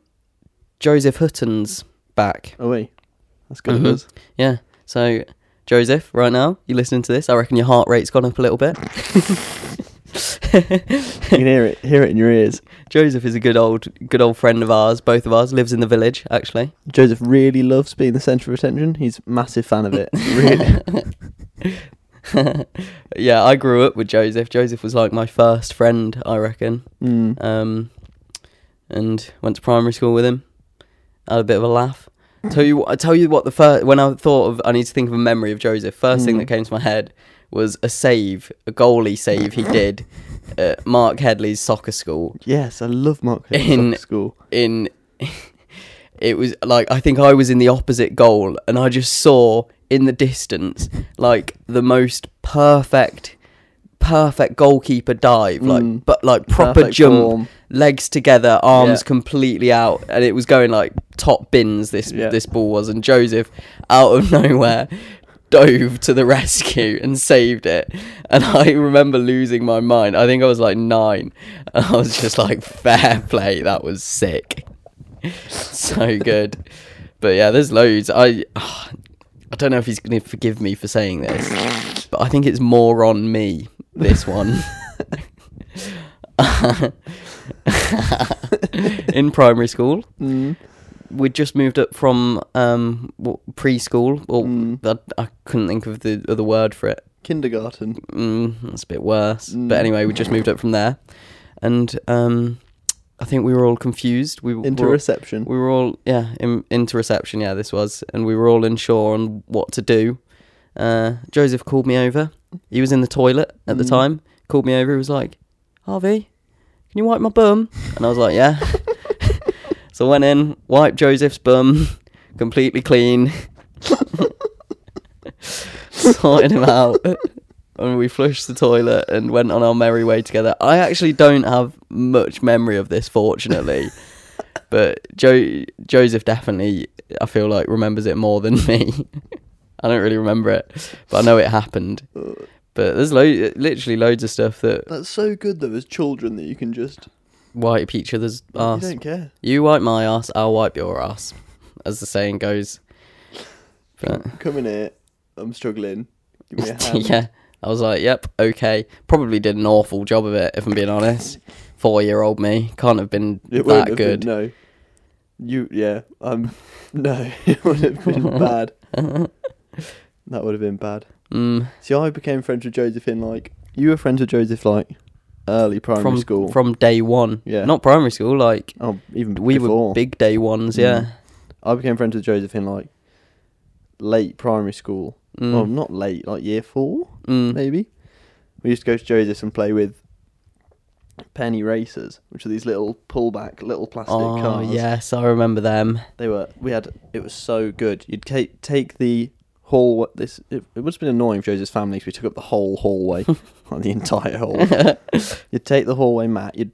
[SPEAKER 2] Joseph Hutton's back.
[SPEAKER 3] Are we? Oh, That's good
[SPEAKER 2] Mhm.
[SPEAKER 3] of us.
[SPEAKER 2] Yeah. So Joseph, right now you listening to this? I reckon your heart rate's gone up a little bit.
[SPEAKER 3] You can hear it, hear it in your ears.
[SPEAKER 2] Joseph is a good old, good old friend of ours. Both of ours lives in the village, actually.
[SPEAKER 3] Joseph really loves being the centre of attention. He's a massive fan of it. really,
[SPEAKER 2] yeah, I grew up with Joseph. Joseph was like my first friend, I reckon.
[SPEAKER 3] mm.
[SPEAKER 2] um, and went to primary school with him. Had a bit of a laugh. Tell you, I tell you what. The first when I thought of, I need to think of a memory of Joseph. First thing
[SPEAKER 3] Mm.
[SPEAKER 2] that came to my head was a save, a goalie save he did at Mark Headley's soccer school
[SPEAKER 3] yes, I love Mark Hill
[SPEAKER 2] In-
[SPEAKER 3] school.
[SPEAKER 2] in it was like I think I was in the opposite goal, and I just saw in the distance like the most perfect, perfect goalkeeper dive,
[SPEAKER 3] Mm.
[SPEAKER 2] like but like proper
[SPEAKER 3] Perfect
[SPEAKER 2] jump,
[SPEAKER 3] form.
[SPEAKER 2] legs together, arms
[SPEAKER 3] Yeah.
[SPEAKER 2] completely out, and it was going like top bins. This
[SPEAKER 3] Yeah.
[SPEAKER 2] this ball was, and Joseph out of nowhere. Dove to the rescue and saved it, and I remember losing my mind. I think I was like nine, and I was just like, "Fair play, that was sick." so good. But yeah, there's loads. I I don't know if he's going to forgive me for saying this, but I think it's more on me this one. In primary school,
[SPEAKER 3] Mm.
[SPEAKER 2] we'd just moved up from um, w- preschool, or
[SPEAKER 3] Mm.
[SPEAKER 2] I, I couldn't think of the other word for it.
[SPEAKER 3] Kindergarten.
[SPEAKER 2] Mm, that's a bit worse.
[SPEAKER 3] Mm.
[SPEAKER 2] But anyway, we just moved up from there, and um, I think we were all confused. We w-
[SPEAKER 3] Into
[SPEAKER 2] were,
[SPEAKER 3] reception.
[SPEAKER 2] we were all yeah in, into reception yeah this was and we were all unsure on what to do uh, joseph called me over he was in the toilet at the
[SPEAKER 3] Mm.
[SPEAKER 2] time called me over he was like harvey can you wipe my bum and i was like yeah so i went in wiped joseph's bum completely clean sorted him out and we flushed the toilet and went on our merry way together i actually don't have much memory of this fortunately but jo- Joseph definitely, I feel like, remembers it more than me. I don't really remember it, but I know it happened. But there's lo- literally loads of stuff that
[SPEAKER 3] Uh, That's so good though, as children, that you can just.
[SPEAKER 2] wipe each other's
[SPEAKER 3] You
[SPEAKER 2] ass.
[SPEAKER 3] don't care.
[SPEAKER 2] You wipe my ass, I'll wipe your ass, as the saying goes. But
[SPEAKER 3] Come in here. I'm struggling. Give me a hand.
[SPEAKER 2] yeah, I was like, yep, okay. Probably did an awful job of it, if I'm being honest. Four year old me can't have been
[SPEAKER 3] It wouldn't
[SPEAKER 2] that
[SPEAKER 3] have been-
[SPEAKER 2] good.
[SPEAKER 3] no. You yeah. Um. No, it would have been bad. That would have been bad.
[SPEAKER 2] Mm,
[SPEAKER 3] See, I became friends with Joseph in like you were friends with Joseph like early primary
[SPEAKER 2] from
[SPEAKER 3] school.
[SPEAKER 2] from day one,
[SPEAKER 3] Yeah.
[SPEAKER 2] not primary school. Like
[SPEAKER 3] oh, even
[SPEAKER 2] we
[SPEAKER 3] before.
[SPEAKER 2] were big day ones,
[SPEAKER 3] Mm.
[SPEAKER 2] yeah.
[SPEAKER 3] I became friends with Joseph in like late primary school.
[SPEAKER 2] Mm.
[SPEAKER 3] Well, not late, like year four
[SPEAKER 2] Mm.
[SPEAKER 3] maybe. We used to go to Joseph's and play with penny racers, which are these little pullback, little plastic
[SPEAKER 2] Oh
[SPEAKER 3] cars.
[SPEAKER 2] yes, I remember them.
[SPEAKER 3] They were. We had. It was so good. You'd take take the hall. what This it, it would have been annoying for Joseph's family because we took up the whole hallway, like the entire hall. you'd take the hallway mat. You'd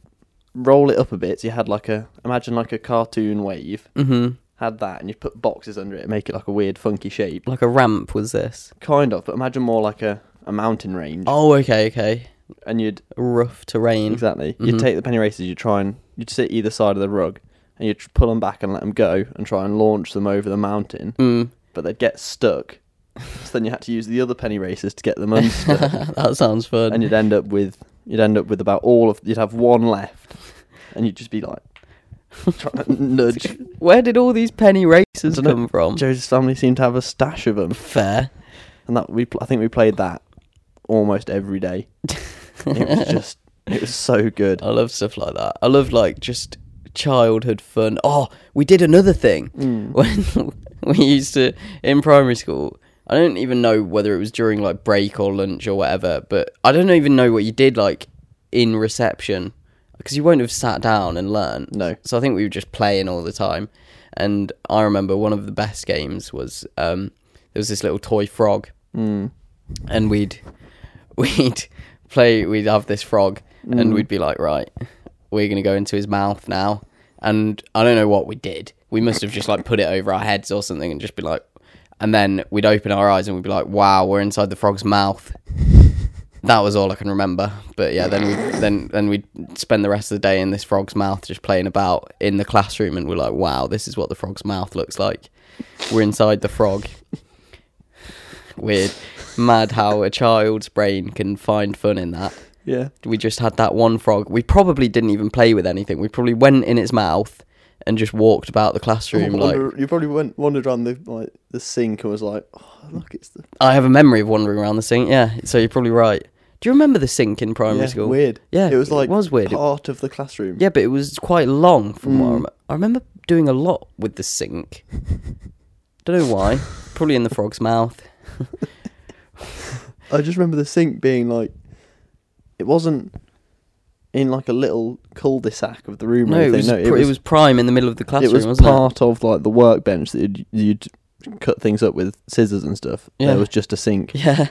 [SPEAKER 3] roll it up a bit. So you had like a imagine like a cartoon wave.
[SPEAKER 2] hmm
[SPEAKER 3] Had that, and you put boxes under it and make it like a weird funky shape.
[SPEAKER 2] Like a ramp was this?
[SPEAKER 3] Kind of, but imagine more like a, a mountain range.
[SPEAKER 2] Oh, okay, okay.
[SPEAKER 3] And you'd
[SPEAKER 2] Rough terrain.
[SPEAKER 3] exactly. You'd
[SPEAKER 2] Mhm.
[SPEAKER 3] take the penny racers. You'd try and you'd sit either side of the rug. And you'd pull them back and let them go, and try and launch them over the mountain.
[SPEAKER 2] Mm.
[SPEAKER 3] but they'd get stuck. so then you had to use the other penny racers to get them unstuck,
[SPEAKER 2] that sounds fun.
[SPEAKER 3] and you'd end up with you'd end up with about all of you'd have one left, and you'd just be like trying to nudge.
[SPEAKER 2] Where did all these penny racers
[SPEAKER 3] Dunno.
[SPEAKER 2] come from?
[SPEAKER 3] Joseph's family seemed to have a stash of them,
[SPEAKER 2] Fair.
[SPEAKER 3] and that we pl- I think we played that almost every day. It was just it was so good.
[SPEAKER 2] I love stuff like that. I love like just childhood fun. Oh, we did another thing
[SPEAKER 3] Hmm.
[SPEAKER 2] when we used to in primary school. I don't even know whether it was during like break or lunch or whatever, but I don't even know what you did like in reception because you won't have sat down and learned.
[SPEAKER 3] No.
[SPEAKER 2] So I think we were just playing all the time. And I remember one of the best games was um, there was this little toy frog
[SPEAKER 3] Mm.
[SPEAKER 2] and we'd we'd play we'd have this frog
[SPEAKER 3] Mm.
[SPEAKER 2] and we'd be like right we're going to go into his mouth now and i don't know what we did we must have just like put it over our heads or something and just be like and then we'd open our eyes and we'd be like wow we're inside the frog's mouth that was all i can remember but yeah then we then then we'd spend the rest of the day in this frog's mouth just playing about in the classroom and we're like wow this is what the frog's mouth looks like we're inside the frog weird mad how a child's brain can find fun in that
[SPEAKER 3] Yeah,
[SPEAKER 2] we just had that one frog we probably didn't even play with anything we probably went in its mouth and just walked about the classroom like
[SPEAKER 3] Wander- you probably went wandered around the like the sink and was like, oh look, it's the
[SPEAKER 2] i have a memory of wandering around the sink yeah so you're probably right do you remember the sink in primary
[SPEAKER 3] yeah,
[SPEAKER 2] school
[SPEAKER 3] weird.
[SPEAKER 2] Yeah,
[SPEAKER 3] it was
[SPEAKER 2] it
[SPEAKER 3] like
[SPEAKER 2] was weird.
[SPEAKER 3] part of the classroom.
[SPEAKER 2] yeah but it was quite long from what I, remember. I remember doing a lot with the sink don't know why probably in the frog's mouth
[SPEAKER 3] I just remember the sink being like, it wasn't in like a little cul-de-sac of the room.
[SPEAKER 2] No,
[SPEAKER 3] or
[SPEAKER 2] it
[SPEAKER 3] anything.
[SPEAKER 2] was,
[SPEAKER 3] no,
[SPEAKER 2] pr- it, was, prime in the middle of the classroom,
[SPEAKER 3] it was
[SPEAKER 2] wasn't
[SPEAKER 3] part of like the workbench that you'd, you'd cut things up with scissors and stuff.
[SPEAKER 2] Yeah.
[SPEAKER 3] There was just a sink.
[SPEAKER 2] it? Yeah,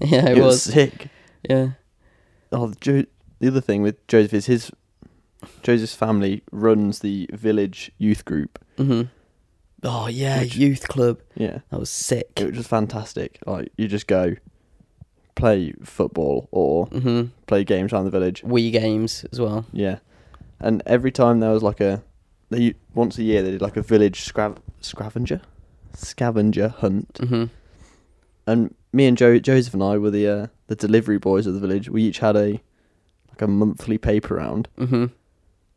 [SPEAKER 2] yeah, it,
[SPEAKER 3] it
[SPEAKER 2] was.
[SPEAKER 3] sick.
[SPEAKER 2] Yeah,
[SPEAKER 3] Oh, the, jo- the other thing with Joseph is his Joseph's family runs the village youth group.
[SPEAKER 2] hmm Oh yeah,
[SPEAKER 3] Which-
[SPEAKER 2] youth club.
[SPEAKER 3] Yeah,
[SPEAKER 2] That was sick.
[SPEAKER 3] it was just fantastic. Like you just go play football or
[SPEAKER 2] hmm
[SPEAKER 3] play games around the village.
[SPEAKER 2] Wii games as well.
[SPEAKER 3] Yeah, and every time there was like a they once a year they did like a village scrav- scavenger scavenger hunt,
[SPEAKER 2] hmm
[SPEAKER 3] and me and jo- Joseph and I were the uh, the delivery boys of the village. We each had a like a monthly paper round,
[SPEAKER 2] hmm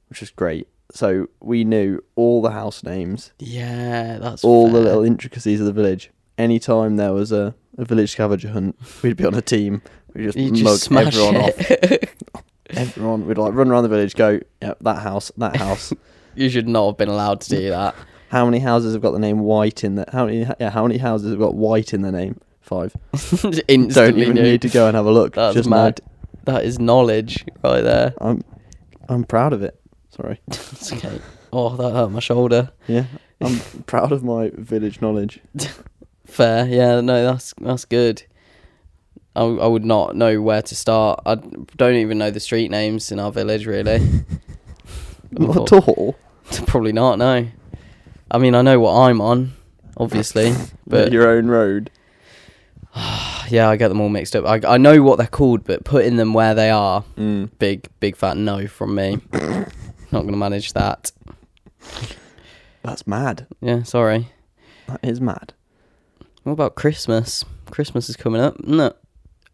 [SPEAKER 3] which was great. So we knew all the house names,
[SPEAKER 2] Yeah, that's
[SPEAKER 3] all the
[SPEAKER 2] fair.
[SPEAKER 3] little intricacies of the village. Anytime there was a, a village scavenger hunt, we'd be on a team. We just
[SPEAKER 2] You
[SPEAKER 3] mug
[SPEAKER 2] just smash
[SPEAKER 3] everyone off.
[SPEAKER 2] it.
[SPEAKER 3] Everyone, we'd like run around the village, go, yep, that house, that house.
[SPEAKER 2] you should not have been allowed to do that.
[SPEAKER 3] How many houses have got the name White in the? How many? Yeah, how many houses have got White in the name? Five.
[SPEAKER 2] Just Instantly
[SPEAKER 3] Don't even
[SPEAKER 2] knew.
[SPEAKER 3] need to go and have a look.
[SPEAKER 2] That's
[SPEAKER 3] Just know.
[SPEAKER 2] mad. That is knowledge right there.
[SPEAKER 3] I'm, I'm proud of it. Sorry.
[SPEAKER 2] It's okay. Oh, that hurt my shoulder.
[SPEAKER 3] Yeah, I'm proud of my village knowledge.
[SPEAKER 2] Fair. Yeah. No, that's that's good. I, w- I would not know where to start. I don't even know the street names in our village really.
[SPEAKER 3] Not at all.
[SPEAKER 2] Probably not. No. I mean, I know what I'm on, obviously, but
[SPEAKER 3] your own road.
[SPEAKER 2] yeah, I get them all mixed up. I I know what they're called, but putting them where they are,
[SPEAKER 3] Mm.
[SPEAKER 2] big big fat no from me. not gonna manage that.
[SPEAKER 3] That's mad.
[SPEAKER 2] Yeah. Sorry.
[SPEAKER 3] That is mad.
[SPEAKER 2] What about Christmas? Christmas is coming up, isn't it?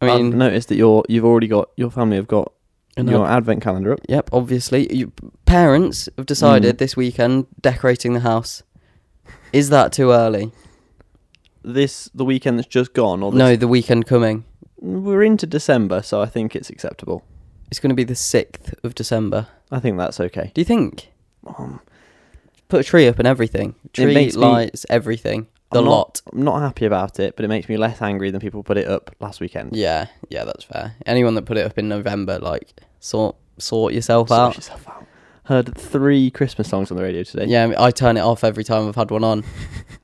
[SPEAKER 2] I
[SPEAKER 3] I
[SPEAKER 2] mean,
[SPEAKER 3] have noticed that you're you've already got your family have got
[SPEAKER 2] and
[SPEAKER 3] your advent calendar up.
[SPEAKER 2] Yep, obviously. You, parents have decided
[SPEAKER 3] Mm.
[SPEAKER 2] this weekend decorating the house. Is that too early?
[SPEAKER 3] This the weekend that's just gone, or this,
[SPEAKER 2] No, the weekend coming.
[SPEAKER 3] we're into December, so I think it's acceptable.
[SPEAKER 2] It's going to be the 6th of December.
[SPEAKER 3] I think that's okay.
[SPEAKER 2] Do you think?
[SPEAKER 3] Um,
[SPEAKER 2] Put a tree up and everything. Tree,
[SPEAKER 3] makes me-
[SPEAKER 2] lights, everything. The
[SPEAKER 3] I'm not-
[SPEAKER 2] lot.
[SPEAKER 3] I'm not happy about it, but it makes me less angry than people put it up last weekend.
[SPEAKER 2] Yeah, yeah, that's fair. Anyone that put it up in November, like, sort sort yourself
[SPEAKER 3] Sort
[SPEAKER 2] out.
[SPEAKER 3] yourself out. Heard three Christmas songs on the radio today.
[SPEAKER 2] Yeah, I mean, I turn it off every time I've had one on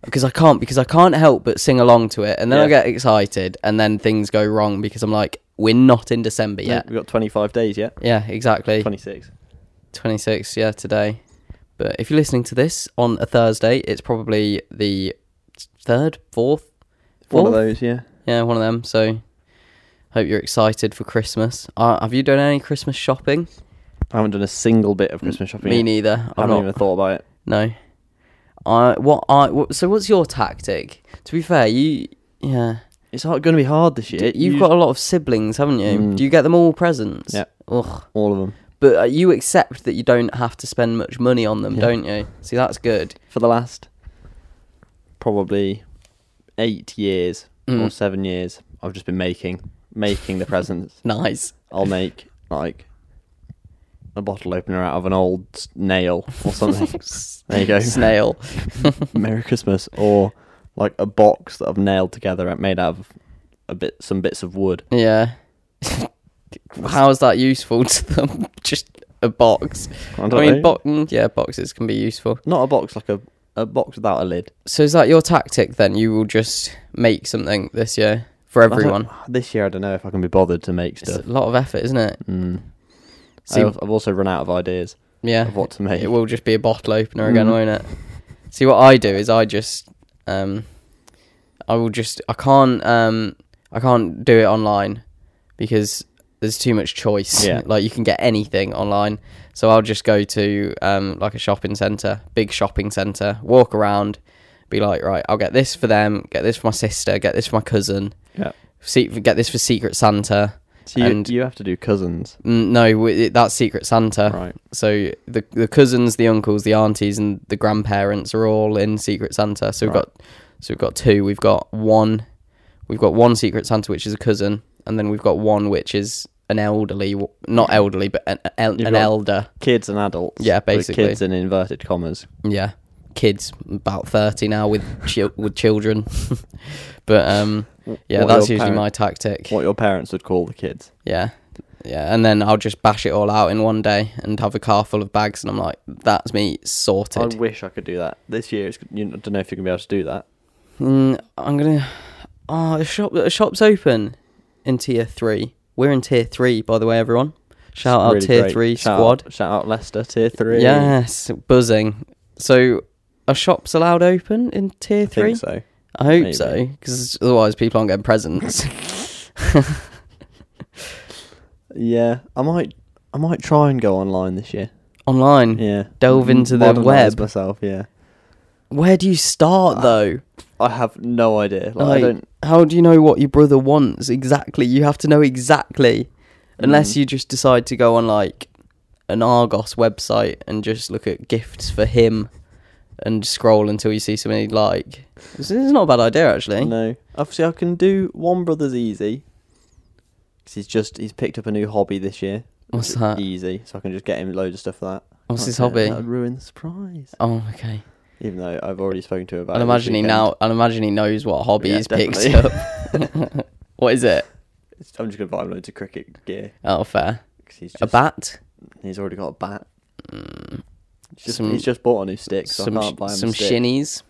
[SPEAKER 2] because I can't because I can't help but sing along to it, and then I
[SPEAKER 3] Yeah.
[SPEAKER 2] get excited, and then things go wrong because I'm like, we're not in December
[SPEAKER 3] yeah.
[SPEAKER 2] yet.
[SPEAKER 3] We've got 25 days yet.
[SPEAKER 2] Yeah, exactly.
[SPEAKER 3] 26.
[SPEAKER 2] 26, yeah, today. But if you're listening to this on a Thursday, it's probably the third, fourth,
[SPEAKER 3] One of
[SPEAKER 2] Fourth?
[SPEAKER 3] those, yeah.
[SPEAKER 2] yeah, one of them. So hope you're excited for Christmas. Uh, have you done any Christmas shopping?
[SPEAKER 3] I haven't done a single bit of Christmas shopping.
[SPEAKER 2] Mm, Me
[SPEAKER 3] yet.
[SPEAKER 2] neither.
[SPEAKER 3] I haven't
[SPEAKER 2] I'm not.
[SPEAKER 3] even thought about it.
[SPEAKER 2] No. I what I what, so what's your tactic? To be fair, you yeah,
[SPEAKER 3] It's going to be hard this year.
[SPEAKER 2] you've
[SPEAKER 3] You-
[SPEAKER 2] got a lot of siblings, haven't you?
[SPEAKER 3] Mm.
[SPEAKER 2] Do you get them all presents?
[SPEAKER 3] Yeah.
[SPEAKER 2] Ugh.
[SPEAKER 3] all of them
[SPEAKER 2] But uh, you accept that you don't have to spend much money on them,
[SPEAKER 3] Yeah.
[SPEAKER 2] don't you? See, that's good.
[SPEAKER 3] for the last probably eight years or
[SPEAKER 2] Mm.
[SPEAKER 3] seven years. I've just been making making the presents.
[SPEAKER 2] Nice.
[SPEAKER 3] I'll make like a bottle opener out of an old s- nail or something. there you go.
[SPEAKER 2] Snail.
[SPEAKER 3] Merry Christmas, or like a box that I've nailed together, and made out of a bit some bits of wood.
[SPEAKER 2] Yeah. How is that useful to them? Just a box.
[SPEAKER 3] I,
[SPEAKER 2] I,
[SPEAKER 3] don't
[SPEAKER 2] mean,
[SPEAKER 3] know.
[SPEAKER 2] bo- mm, yeah, boxes can be useful.
[SPEAKER 3] not a box like a a box without a lid.
[SPEAKER 2] So is that your tactic then? You will just make something this year for
[SPEAKER 3] I don't-
[SPEAKER 2] everyone.
[SPEAKER 3] This year, I don't know if I can be bothered to make
[SPEAKER 2] It's a
[SPEAKER 3] stuff.
[SPEAKER 2] lot of effort, isn't it?
[SPEAKER 3] Mm.
[SPEAKER 2] See-
[SPEAKER 3] I've, I've also run out of ideas
[SPEAKER 2] Yeah.
[SPEAKER 3] of what to make.
[SPEAKER 2] It will just be a bottle opener again,
[SPEAKER 3] Mhm.
[SPEAKER 2] won't it? See, what I do is I just, um, I will just, I can't, um, I can't do it online because there's too much choice.
[SPEAKER 3] Yeah.
[SPEAKER 2] like you can get anything online. So I'll just go to um like a shopping center, big shopping center, walk around, be like, right, I'll get this for them, get this for my sister, get this for my cousin,
[SPEAKER 3] Yeah.
[SPEAKER 2] see, get this for Secret Santa.
[SPEAKER 3] So you,
[SPEAKER 2] and-
[SPEAKER 3] you have to do cousins,
[SPEAKER 2] Mm, no, w- it- that's Secret Santa.
[SPEAKER 3] right?
[SPEAKER 2] So the the cousins, the uncles, the aunties, and the grandparents are all in Secret Santa. So we've
[SPEAKER 3] Right.
[SPEAKER 2] got so we've got two. We've got one. We've got one Secret Santa, which is a cousin, and then we've got one which is an elderly, w- not elderly, but an an,
[SPEAKER 3] You've
[SPEAKER 2] an
[SPEAKER 3] got-
[SPEAKER 2] elder.
[SPEAKER 3] Kids and adults.
[SPEAKER 2] Yeah,
[SPEAKER 3] but
[SPEAKER 2] basically.
[SPEAKER 3] Kids in inverted commas.
[SPEAKER 2] Yeah, kids about thirty now with chil- with children. but um, yeah,
[SPEAKER 3] What
[SPEAKER 2] that's
[SPEAKER 3] your
[SPEAKER 2] usually
[SPEAKER 3] parent-
[SPEAKER 2] my tactic.
[SPEAKER 3] What your parents would call the kids.
[SPEAKER 2] Yeah, Yeah, and then I'll just bash it all out in one day and have a car full of bags, and I'm like, that's me sorted.
[SPEAKER 3] I wish I could do that this year. It's, you, I don't know if you're gonna be able to do that.
[SPEAKER 2] Mm, I'm gonna. Oh, the shop. The shop's open in tier three. We're in tier three, by the way, everyone. Shout
[SPEAKER 3] It's
[SPEAKER 2] out
[SPEAKER 3] really
[SPEAKER 2] tier
[SPEAKER 3] great.
[SPEAKER 2] three
[SPEAKER 3] Shout
[SPEAKER 2] squad.
[SPEAKER 3] out- shout out Leicester tier three.
[SPEAKER 2] Yes, buzzing. So, are shops allowed open in tier
[SPEAKER 3] I
[SPEAKER 2] three?
[SPEAKER 3] think so.
[SPEAKER 2] I hope
[SPEAKER 3] Maybe.
[SPEAKER 2] so, because otherwise people aren't getting presents.
[SPEAKER 3] Yeah, I might I might try and go online this year.
[SPEAKER 2] Online,
[SPEAKER 3] Yeah,
[SPEAKER 2] Mm. Delve
[SPEAKER 3] M-
[SPEAKER 2] into the
[SPEAKER 3] modernise
[SPEAKER 2] web.
[SPEAKER 3] myself. Yeah,
[SPEAKER 2] where do you
[SPEAKER 3] Ah.
[SPEAKER 2] start though?
[SPEAKER 3] I have no idea. Like, I
[SPEAKER 2] Like,
[SPEAKER 3] don't.
[SPEAKER 2] How do you know what your brother wants exactly? You have to know exactly, unless
[SPEAKER 3] Mm.
[SPEAKER 2] you just decide to go on like an Argos website and just look at gifts for him and scroll until you see something you'd like. This is not a bad idea actually.
[SPEAKER 3] No, obviously I can do one brother's easy. 'Cause he's just he's picked up a new hobby this year.
[SPEAKER 2] What's
[SPEAKER 3] It's
[SPEAKER 2] that?
[SPEAKER 3] Easy, so I can just get him loads of stuff for that.
[SPEAKER 2] What's
[SPEAKER 3] Can't
[SPEAKER 2] his
[SPEAKER 3] say it,
[SPEAKER 2] hobby?
[SPEAKER 3] That would ruin the surprise.
[SPEAKER 2] Oh, okay.
[SPEAKER 3] Even though I've already spoken to him about.
[SPEAKER 2] I'll
[SPEAKER 3] it this
[SPEAKER 2] imagine he
[SPEAKER 3] weekend.
[SPEAKER 2] now. I'll imagine he knows what hobby
[SPEAKER 3] Yeah,
[SPEAKER 2] he's picked
[SPEAKER 3] definitely.
[SPEAKER 2] up. what is it?
[SPEAKER 3] It's- I'm just gonna buy him loads of cricket gear.
[SPEAKER 2] Oh, fair.
[SPEAKER 3] 'cause he's just,
[SPEAKER 2] a bat.
[SPEAKER 3] He's already got a bat.
[SPEAKER 2] Mm,
[SPEAKER 3] He's just,
[SPEAKER 2] Some-
[SPEAKER 3] he's just bought a new stick, so
[SPEAKER 2] some
[SPEAKER 3] I
[SPEAKER 2] sh-
[SPEAKER 3] can't buy him
[SPEAKER 2] some
[SPEAKER 3] a stick.
[SPEAKER 2] shinnies.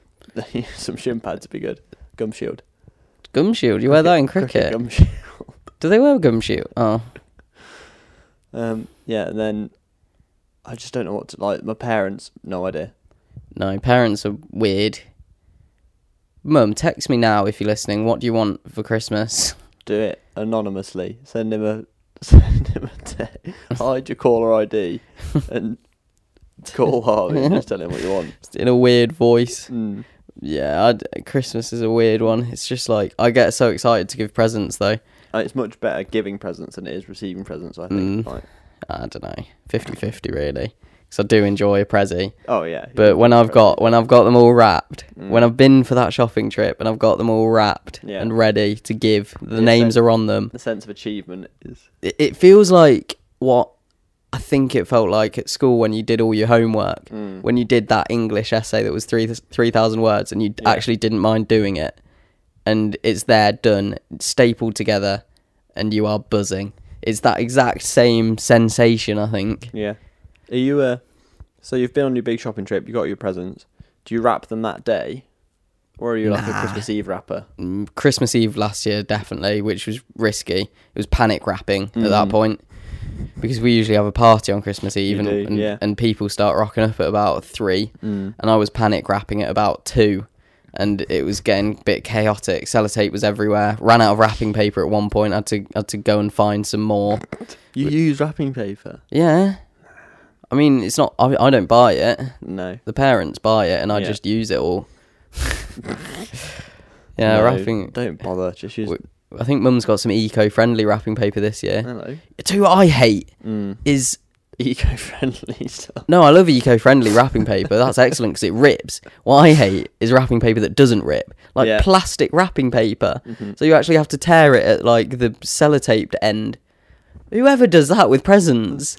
[SPEAKER 3] some shin pads would be good. Gum shield.
[SPEAKER 2] Gum shield. You wear that in cricket.
[SPEAKER 3] gum shield.
[SPEAKER 2] Do they wear gum shield? Oh,
[SPEAKER 3] Um, yeah, and then I just don't know what to like. My parents, no idea.
[SPEAKER 2] no. Parents are weird. Mum, text me now if you're listening. What do you want for Christmas?
[SPEAKER 3] Do it anonymously. Send him a send him a text. Hide your caller ID and call Harvey. and just tell him what you want.
[SPEAKER 2] In a weird voice.
[SPEAKER 3] Mm.
[SPEAKER 2] Yeah, I'd, Christmas is a weird one. It's just like I get so excited to give presents though.
[SPEAKER 3] And it's much better giving presents than it is receiving presents. I think.
[SPEAKER 2] Mm.
[SPEAKER 3] Like,
[SPEAKER 2] I don't know, 50-50 really. Because I do enjoy a prezi.
[SPEAKER 3] oh yeah.
[SPEAKER 2] But when I've got when I've got them all wrapped, when
[SPEAKER 3] Mm.
[SPEAKER 2] I've been for that shopping trip and I've got them all wrapped
[SPEAKER 3] Yeah.
[SPEAKER 2] and ready to give, the
[SPEAKER 3] Yeah,
[SPEAKER 2] names
[SPEAKER 3] same.
[SPEAKER 2] are on them.
[SPEAKER 3] the sense of achievement is
[SPEAKER 2] It, it feels like what I think it felt like at school when you did all your homework,
[SPEAKER 3] Mm.
[SPEAKER 2] when you did that English essay that was three three thousand words, and you d
[SPEAKER 3] Yeah.
[SPEAKER 2] actually didn't mind doing it, and it's there, done, stapled together, and you are buzzing. It's that exact same sensation, I think.
[SPEAKER 3] yeah. Are you uh? So you've been on your big shopping trip. You got your presents. Do you wrap them that day, or are you like a
[SPEAKER 2] Nah.
[SPEAKER 3] Christmas Eve wrapper?
[SPEAKER 2] Mm, Christmas Eve last year, definitely, which was risky. It was panic wrapping at
[SPEAKER 3] Mm.
[SPEAKER 2] that point because we usually have a party on Christmas Eve, and,
[SPEAKER 3] do,
[SPEAKER 2] and,
[SPEAKER 3] yeah.
[SPEAKER 2] and people start rocking up at about three, and I was panic wrapping at about two, and it was getting a bit chaotic. Sellotape was everywhere. Ran out of wrapping paper at one point. had to had to go and find some more.
[SPEAKER 3] You use wrapping paper?
[SPEAKER 2] Yeah, I mean, it's not. I, I don't buy it.
[SPEAKER 3] No.
[SPEAKER 2] The parents buy it, and I
[SPEAKER 3] Yeah.
[SPEAKER 2] just use it all. yeah,
[SPEAKER 3] No,
[SPEAKER 2] wrapping.
[SPEAKER 3] Don't bother. Just use.
[SPEAKER 2] Wait. I think Mum's got some eco-friendly wrapping paper this year.
[SPEAKER 3] Hello.
[SPEAKER 2] Two what I hate
[SPEAKER 3] Mm.
[SPEAKER 2] is
[SPEAKER 3] Eco-friendly stuff.
[SPEAKER 2] no, I love eco-friendly wrapping paper. That's excellent because it rips. What I hate is wrapping paper that doesn't rip, like
[SPEAKER 3] Yeah. Mm-hmm.
[SPEAKER 2] plastic wrapping paper. So you actually have to tear it at like the sellotaped end. Whoever does that with presents,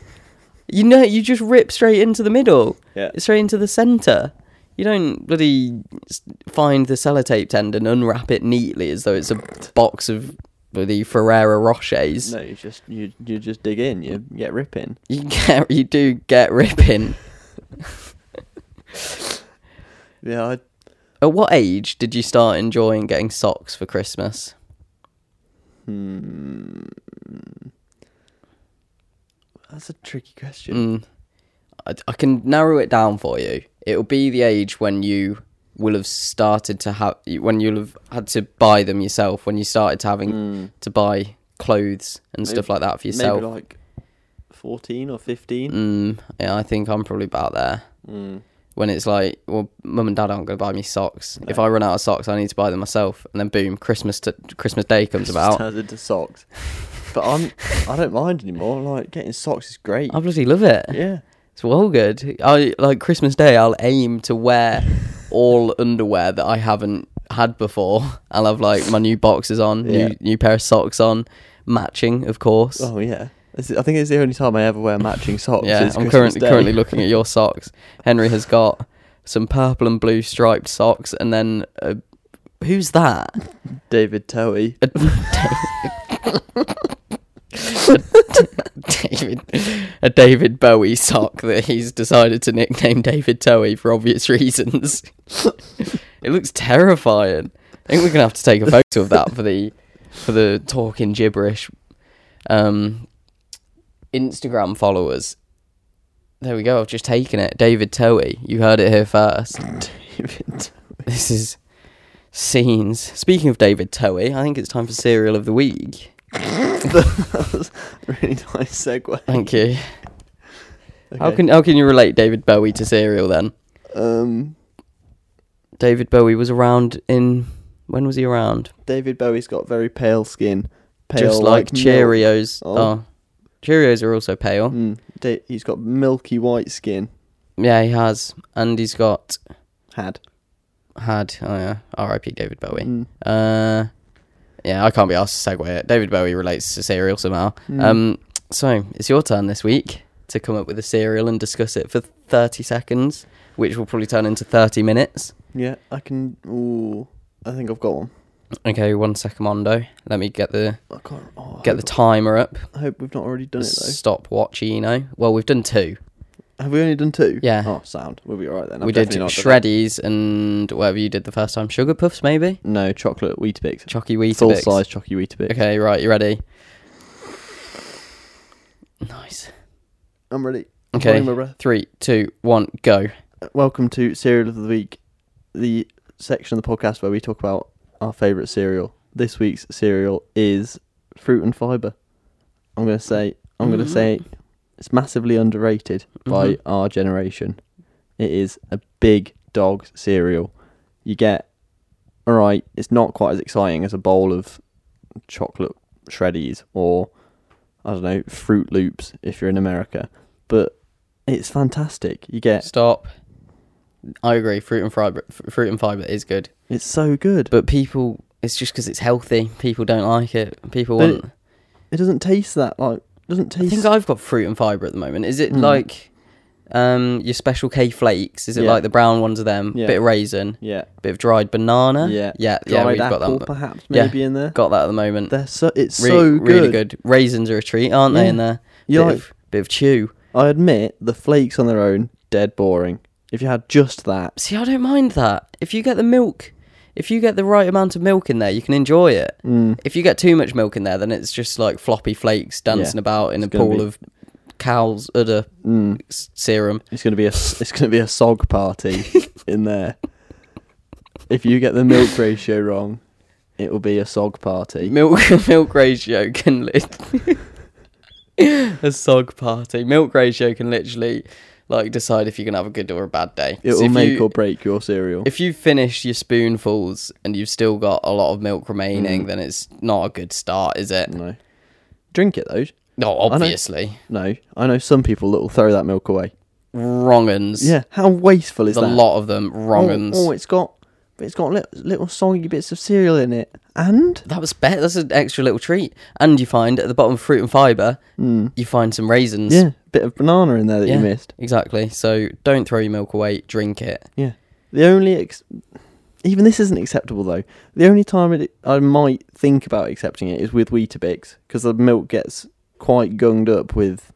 [SPEAKER 2] you know, you just rip straight into the middle,
[SPEAKER 3] Yeah.
[SPEAKER 2] straight into the center. You don't bloody s- find the sellotaped end and unwrap it neatly as though it's a box of bloody Ferrero Rochers.
[SPEAKER 3] No, you just you you just dig in. You get ripping.
[SPEAKER 2] You get, you do get ripping.
[SPEAKER 3] Yeah. I,
[SPEAKER 2] At what age did you start enjoying getting socks for Christmas?
[SPEAKER 3] hmm. That's a tricky question.
[SPEAKER 2] Mm. I, I can narrow it down for you. It'll be the age when you will have started to have when you'll have had to buy them yourself. When you started to
[SPEAKER 3] Mm.
[SPEAKER 2] having to buy clothes and stuff like that for yourself.
[SPEAKER 3] Hmm. Maybe like fourteen or fifteen.
[SPEAKER 2] mm, yeah, I think I'm probably about there.
[SPEAKER 3] Mm.
[SPEAKER 2] When it's like, well, mum and dad aren't going to buy me socks. If I run out of socks, I need to buy them myself. And then boom, Christmas t- Christmas Day comes
[SPEAKER 3] Just
[SPEAKER 2] about.
[SPEAKER 3] turns into socks. but I'm I don't mind anymore. Like getting socks is great.
[SPEAKER 2] I bloody love it.
[SPEAKER 3] yeah.
[SPEAKER 2] It's well good. I like Christmas Day. I'll aim to wear all underwear that I haven't had before. I'll have like my new boxes on,
[SPEAKER 3] Yeah.
[SPEAKER 2] new new pair of socks on, matching, of course.
[SPEAKER 3] Oh yeah. This is- I think it's the only time I ever wear matching socks.
[SPEAKER 2] yeah,
[SPEAKER 3] is
[SPEAKER 2] I'm
[SPEAKER 3] Christmas
[SPEAKER 2] currently
[SPEAKER 3] Day.
[SPEAKER 2] currently looking at your socks. Henry has got some purple and blue striped socks, and then uh, who's that?
[SPEAKER 3] David Towie.
[SPEAKER 2] A, David, a David Bowie sock that he's decided to nickname David Towie for obvious reasons. it looks terrifying. I think we're gonna have to take a photo of that for the for the talking gibberish um, Instagram followers. There we go. I've just taken it. David Towie, you heard it here first.
[SPEAKER 3] David.
[SPEAKER 2] This is scenes. Speaking of David Towie, I think it's time for cereal of the week.
[SPEAKER 3] that was a really nice segue.
[SPEAKER 2] Thank you. How
[SPEAKER 3] Okay.
[SPEAKER 2] can how can you relate David Bowie to cereal then?
[SPEAKER 3] um
[SPEAKER 2] David Bowie was around in when was he around?
[SPEAKER 3] David Bowie's got very pale skin, pale
[SPEAKER 2] Just like,
[SPEAKER 3] milk.
[SPEAKER 2] Cheerios.
[SPEAKER 3] Oh.
[SPEAKER 2] Oh. Cheerios are also pale.
[SPEAKER 3] Mm, Da- he's got milky white skin.
[SPEAKER 2] Yeah, he has, and he's got
[SPEAKER 3] Had.
[SPEAKER 2] had. Oh yeah, R.I.P. David Bowie.
[SPEAKER 3] Mm.
[SPEAKER 2] Uh, yeah, I can't be asked to segue it. David Bowie relates to cereal somehow.
[SPEAKER 3] Mm.
[SPEAKER 2] Um, so it's your turn this week to come up with a cereal and discuss it for thirty seconds, which will probably turn into thirty minutes.
[SPEAKER 3] Yeah, I can. Ooh, I think I've got one.
[SPEAKER 2] Okay, one second, Mondo. Let me get the
[SPEAKER 3] I can't. Oh, I
[SPEAKER 2] get the
[SPEAKER 3] hope,
[SPEAKER 2] timer up.
[SPEAKER 3] I hope we've not already done it though.
[SPEAKER 2] Stop watching, you know. Well, we've done two.
[SPEAKER 3] Have we only done two?
[SPEAKER 2] Yeah.
[SPEAKER 3] Oh, sound. We'll be alright then.
[SPEAKER 2] we
[SPEAKER 3] I've
[SPEAKER 2] did
[SPEAKER 3] definitely not done
[SPEAKER 2] Shreddies and whatever you did the first time. Sugar Puffs, maybe?
[SPEAKER 3] that. No, chocolate Weetabix.
[SPEAKER 2] Chocky Weetabix.
[SPEAKER 3] Full size chocolate Weetabix.
[SPEAKER 2] Okay, right, you ready? Nice.
[SPEAKER 3] I'm ready.
[SPEAKER 2] Okay.
[SPEAKER 3] Holding my breath.
[SPEAKER 2] Three, two, one, go.
[SPEAKER 3] Mm-hmm. Welcome to Cereal of the Week, the section of the podcast where we talk about our favourite cereal. This week's cereal is fruit and fibre. I'm gonna say. I'm gonna say it's massively underrated by
[SPEAKER 2] Mhm.
[SPEAKER 3] our generation. It is a big dog cereal. You get all right. It's not quite as exciting as a bowl of chocolate shreddies or I don't know Fruit Loops if you're in America, but it's fantastic. You get
[SPEAKER 2] Stop. I agree. Fruit and fiber, fruit and fiber is good,
[SPEAKER 3] it's so good,
[SPEAKER 2] but people, it's just because it's healthy. People don't like it. People
[SPEAKER 3] But
[SPEAKER 2] want.
[SPEAKER 3] it doesn't taste that like doesn't
[SPEAKER 2] I
[SPEAKER 3] taste.
[SPEAKER 2] think I've got fruit and fiber at the moment. Is it
[SPEAKER 3] Mm.
[SPEAKER 2] like um your special K flakes? Is it
[SPEAKER 3] Yeah.
[SPEAKER 2] like the brown ones of them?
[SPEAKER 3] Yeah.
[SPEAKER 2] Bit of raisin,
[SPEAKER 3] yeah,
[SPEAKER 2] bit of dried banana.
[SPEAKER 3] Yeah.
[SPEAKER 2] yeah, yeah.
[SPEAKER 3] dried
[SPEAKER 2] We've
[SPEAKER 3] apple
[SPEAKER 2] got that.
[SPEAKER 3] perhaps
[SPEAKER 2] yeah.
[SPEAKER 3] maybe in there.
[SPEAKER 2] Got that at the moment.
[SPEAKER 3] They're so it's
[SPEAKER 2] Re-
[SPEAKER 3] so good.
[SPEAKER 2] Really good. Raisins are a treat, aren't they?
[SPEAKER 3] Yeah.
[SPEAKER 2] In there.
[SPEAKER 3] You
[SPEAKER 2] bit,
[SPEAKER 3] like-
[SPEAKER 2] of, bit of chew.
[SPEAKER 3] I admit the flakes on their own dead boring. If you had just that,
[SPEAKER 2] See, I don't mind that. If you get the milk, if you get the right amount of milk in there, you can enjoy it.
[SPEAKER 3] mm,
[SPEAKER 2] If you get too much milk in there, then it's just like floppy flakes dancing
[SPEAKER 3] Yeah.
[SPEAKER 2] about in
[SPEAKER 3] It's
[SPEAKER 2] a
[SPEAKER 3] gonna
[SPEAKER 2] pool
[SPEAKER 3] be-
[SPEAKER 2] of cow's udder
[SPEAKER 3] mm,
[SPEAKER 2] s- serum.
[SPEAKER 3] it's gonna be a s- it's gonna be a sog party in there. If you get the milk ratio wrong, it will be a sog party.
[SPEAKER 2] Milk milk ratio can lit a sog party. Milk ratio can literally like decide if you're gonna have a good or a bad day.
[SPEAKER 3] It
[SPEAKER 2] So
[SPEAKER 3] will
[SPEAKER 2] if
[SPEAKER 3] make
[SPEAKER 2] you-
[SPEAKER 3] or break your cereal.
[SPEAKER 2] if you finish your spoonfuls and you've still got a lot of milk remaining,
[SPEAKER 3] Mm.
[SPEAKER 2] then it's not a good start, is it?
[SPEAKER 3] no, drink it though.
[SPEAKER 2] No,
[SPEAKER 3] know.
[SPEAKER 2] obviously.
[SPEAKER 3] No, I know some people that will throw that milk away.
[SPEAKER 2] Wrong uns.
[SPEAKER 3] Yeah, how wasteful is
[SPEAKER 2] There's a
[SPEAKER 3] that?
[SPEAKER 2] lot of them. Wrong uns.
[SPEAKER 3] Oh, oh, it's got, but it's got little, little soggy bits of cereal in it, and
[SPEAKER 2] That was better. That's an extra little treat. And you find at the bottom of fruit and fibre,
[SPEAKER 3] Mm.
[SPEAKER 2] you find some raisins.
[SPEAKER 3] yeah, bit of banana in there that
[SPEAKER 2] Yeah.
[SPEAKER 3] you missed.
[SPEAKER 2] Exactly. So don't throw your milk away. Drink it.
[SPEAKER 3] Yeah, the only ex- even this isn't acceptable though. The only time it, I might think about accepting it is with Weetabix because the milk gets quite gunged up with.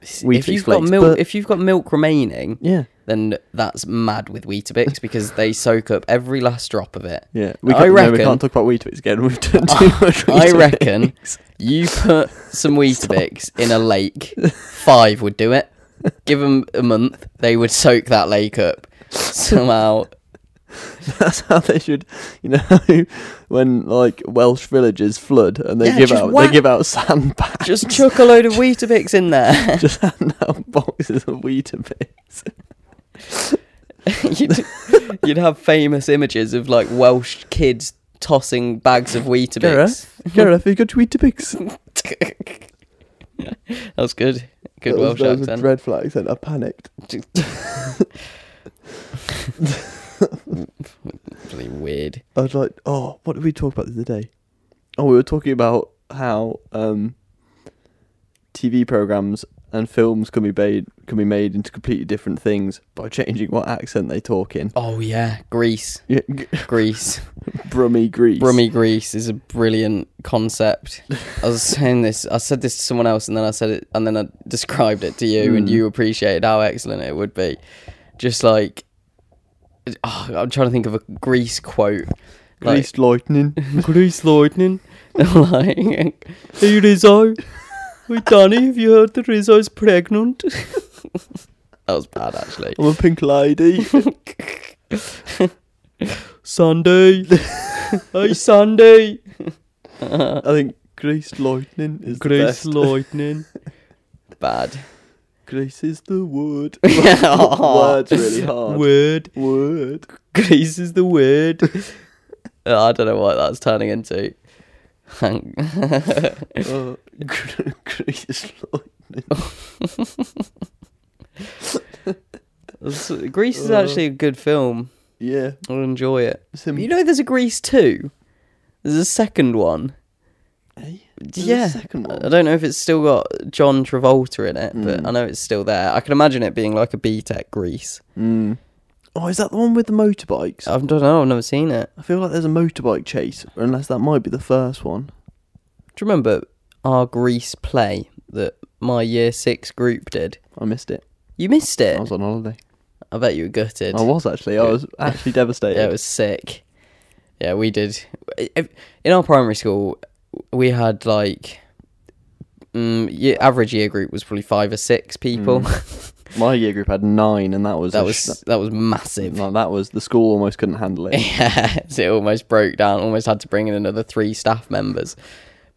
[SPEAKER 3] Weetabix
[SPEAKER 2] if you've got
[SPEAKER 3] flakes,
[SPEAKER 2] milk,
[SPEAKER 3] but-
[SPEAKER 2] if you've got milk remaining,
[SPEAKER 3] Yeah,
[SPEAKER 2] then that's mad with Weetabix because they soak up every last drop of it.
[SPEAKER 3] yeah. We
[SPEAKER 2] I
[SPEAKER 3] can't, no, we
[SPEAKER 2] reckon-
[SPEAKER 3] can't talk about Weetabix again. We've done too much.
[SPEAKER 2] I
[SPEAKER 3] Weetabix.
[SPEAKER 2] reckon you put some Weetabix in a lake, five would do it. Give them a month, they would soak that lake up. Somehow,
[SPEAKER 3] That's how they should, you know, when like Welsh villages flood and they
[SPEAKER 2] Yeah,
[SPEAKER 3] give
[SPEAKER 2] just
[SPEAKER 3] out
[SPEAKER 2] whack-
[SPEAKER 3] they give out sandbags.
[SPEAKER 2] just chuck a load of Weetabix in there.
[SPEAKER 3] just hand out boxes of Weetabix.
[SPEAKER 2] you'd, you'd have famous images of like Welsh kids tossing bags of Weetabix.
[SPEAKER 3] Gareth, you got Weetabix.
[SPEAKER 2] that was good. Good
[SPEAKER 3] that
[SPEAKER 2] Welsh
[SPEAKER 3] was, that was
[SPEAKER 2] accent.
[SPEAKER 3] a dreadful accent. I panicked.
[SPEAKER 2] really weird.
[SPEAKER 3] I was like, oh, what did we talk about the other day? Oh, we were talking about how um, TV programs and films can be made can be made into completely different things by changing what accent they talk in.
[SPEAKER 2] Oh yeah, Greece,
[SPEAKER 3] Yeah, g-
[SPEAKER 2] Greece.
[SPEAKER 3] Brummy Greece.
[SPEAKER 2] Brummy Greece is a brilliant concept. I was saying this, I said this to someone else, and then I said it, and then I described it to you,
[SPEAKER 3] Hmm.
[SPEAKER 2] and you appreciated how excellent it would be. Just like, it- oh, I'm trying to think of a Greece quote. Like,
[SPEAKER 3] Grease lightning.
[SPEAKER 2] Greece lightning. like, hey Rizzo, hey Danny, have you heard that Rizzo's pregnant? that was bad, actually.
[SPEAKER 3] I'm a pink lady.
[SPEAKER 2] Sunday, hey Sunday.
[SPEAKER 3] I think Grease lightning is the best.
[SPEAKER 2] lightning. Bad.
[SPEAKER 3] Grease is the word.
[SPEAKER 2] Word.
[SPEAKER 3] Words really hard.
[SPEAKER 2] Word.
[SPEAKER 3] Word.
[SPEAKER 2] Grease is the word. Oh, I don't know what that's turning into. Hang-
[SPEAKER 3] Uh, gr- grease lightning.
[SPEAKER 2] That's- Grease is
[SPEAKER 3] Uh.
[SPEAKER 2] actually a good film.
[SPEAKER 3] Yeah.
[SPEAKER 2] I'll enjoy it.
[SPEAKER 3] Sim-
[SPEAKER 2] You know, there's a Grease 2. There's a second one.
[SPEAKER 3] Eh? There's a
[SPEAKER 2] Yeah.
[SPEAKER 3] second one?
[SPEAKER 2] I don't know if it's still got John Travolta in it, but I know it's still there. I can imagine it being like a B Tech Grease.
[SPEAKER 3] Mm. Oh, is that the one with the motorbikes?
[SPEAKER 2] I don't know. I've never seen it.
[SPEAKER 3] I feel like there's a motorbike chase, unless that might be the first one.
[SPEAKER 2] Do you remember our Grease play that my year six group did?
[SPEAKER 3] I missed it.
[SPEAKER 2] You missed it.
[SPEAKER 3] I was on holiday.
[SPEAKER 2] I bet you were gutted.
[SPEAKER 3] Oh. I was actually. I was actually devastated.
[SPEAKER 2] Yeah, it was sick. Yeah, we did. In our primary school, we had like mm, ye average year group was probably five or six people.
[SPEAKER 3] Mm. My year group had nine, and that was
[SPEAKER 2] that
[SPEAKER 3] a
[SPEAKER 2] was
[SPEAKER 3] sh-
[SPEAKER 2] that was massive.
[SPEAKER 3] no, that was the school almost couldn't handle it.
[SPEAKER 2] yeah, so it almost broke down. Almost had to bring in another three staff members.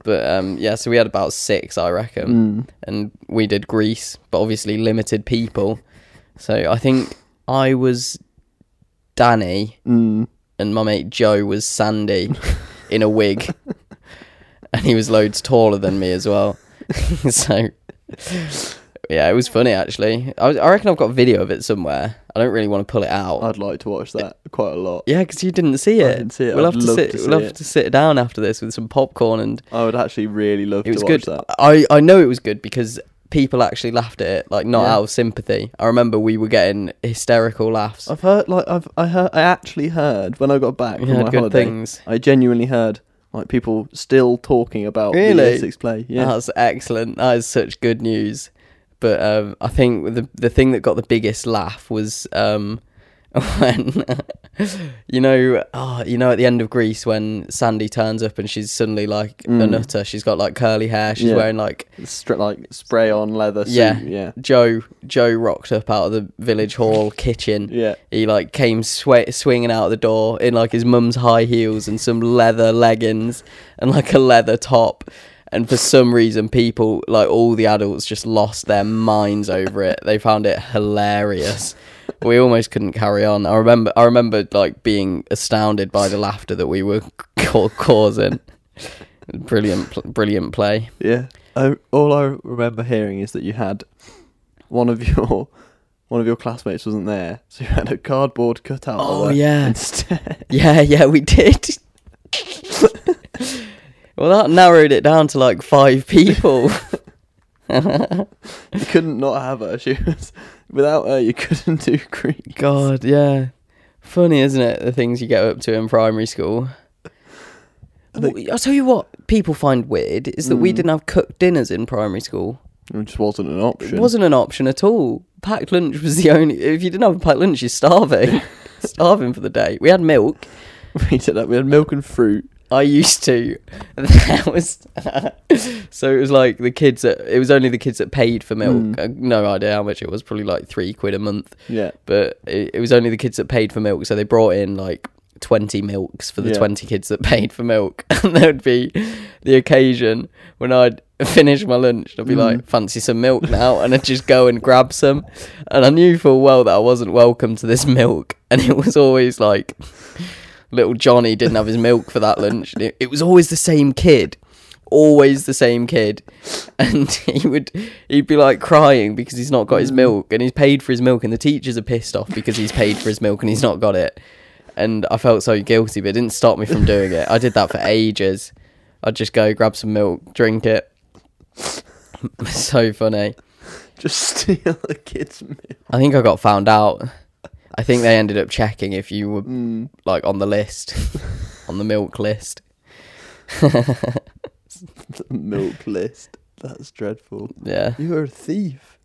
[SPEAKER 2] But um, yeah, so we had about six, I
[SPEAKER 3] Mm. Hmm.
[SPEAKER 2] reckon, and we did Greece, but obviously limited people. So I think I was Danny,
[SPEAKER 3] Mm.
[SPEAKER 2] and my mate Joe was Sandy, in a wig, and he was loads taller than me as well. so yeah, it was funny actually. I, was, I reckon I've got video of it somewhere. I don't really want to pull it out.
[SPEAKER 3] I'd like to watch that quite a lot.
[SPEAKER 2] Yeah, because you didn't see it.
[SPEAKER 3] didn't see it.
[SPEAKER 2] We'll
[SPEAKER 3] I'd
[SPEAKER 2] have to
[SPEAKER 3] love
[SPEAKER 2] sit.
[SPEAKER 3] to
[SPEAKER 2] we'll
[SPEAKER 3] see
[SPEAKER 2] have
[SPEAKER 3] it.
[SPEAKER 2] to sit down after this with some popcorn, and
[SPEAKER 3] I would actually really love
[SPEAKER 2] it was
[SPEAKER 3] to
[SPEAKER 2] good.
[SPEAKER 3] watch that.
[SPEAKER 2] I I know it was good because people actually laughed at it, like not
[SPEAKER 3] Yeah.
[SPEAKER 2] out of sympathy. I remember we were getting hysterical laughs.
[SPEAKER 3] I've heard like I've I heard I actually heard when I got back
[SPEAKER 2] We
[SPEAKER 3] from my
[SPEAKER 2] had good
[SPEAKER 3] holiday.
[SPEAKER 2] things.
[SPEAKER 3] I genuinely heard like people still talking about the
[SPEAKER 2] Really? Uh-huh.
[SPEAKER 3] year six play. Yeah.
[SPEAKER 2] That's excellent. That is such good news. But um, I think the the thing that got the biggest laugh was um, when you know oh, you know at the end of Greece when Sandy turns up and she's suddenly like a nutter. She's got like curly hair. She's
[SPEAKER 3] Mm. Yeah.
[SPEAKER 2] wearing like
[SPEAKER 3] Stra- like spray on leather suit.
[SPEAKER 2] Yeah.
[SPEAKER 3] Yeah.
[SPEAKER 2] Joe Joe rocked up out of the village hall kitchen.
[SPEAKER 3] Yeah.
[SPEAKER 2] He like came swa- swinging out the door in like his mum's high heels and some leather leggings and like a leather top. And for some reason, people like all the adults just lost their minds over it. They found it hilarious. We almost couldn't carry on. I remember, I remember like being astounded by the laughter that we were ca- causing. Brilliant, pl- brilliant play.
[SPEAKER 3] Yeah. I, Oh, all I remember hearing is that you had one of your one of your classmates wasn't there, so you had a cardboard cutout. of
[SPEAKER 2] Oh,
[SPEAKER 3] her
[SPEAKER 2] yeah.
[SPEAKER 3] Instead.
[SPEAKER 2] Yeah, yeah, we did. well, that narrowed it down to like five people.
[SPEAKER 3] you couldn't not have her. She was without her. You couldn't do Greek.
[SPEAKER 2] God, yeah. Funny, isn't it? The things you get up to in primary school. Well, I'll tell you what people find weird is that we didn't have cooked dinners in primary school.
[SPEAKER 3] It just wasn't an option.
[SPEAKER 2] It wasn't an option at all. Packed lunch was the only. If you didn't have a packed lunch, you're starving. starving for the day. We had milk.
[SPEAKER 3] We did that. We had milk and fruit.
[SPEAKER 2] I used to. That was so. It was like the kids that it was only the kids that paid for milk. Uh, No idea how much it was. Probably like three quid a month.
[SPEAKER 3] Yeah.
[SPEAKER 2] But it, it was only the kids that paid for milk. So they brought in like twenty milks for the
[SPEAKER 3] Yeah.
[SPEAKER 2] twenty kids that paid for milk, and there would be the occasion when I'd finish my lunch. and I'd be like, fancy some milk now, and I'd just go and grab some. And I knew full well that I wasn't welcome to this milk, and it was always like little Johnny didn't have his milk for that lunch. and It, it was always the same kid, always the same kid, and he would he'd be like crying because he's not got his milk, and he's paid for his milk, and the teachers are pissed off because he's paid for his milk and he's not got it. And I felt so guilty, but it didn't stop me from doing it. I did that for ages. I'd just go grab some milk, drink it. so funny.
[SPEAKER 3] Just steal a kid's meal.
[SPEAKER 2] I think I got found out. I think they ended up checking if you were
[SPEAKER 3] Mm.
[SPEAKER 2] like on the list, on the milk list.
[SPEAKER 3] The milk list. That's dreadful.
[SPEAKER 2] Yeah,
[SPEAKER 3] You are a thief.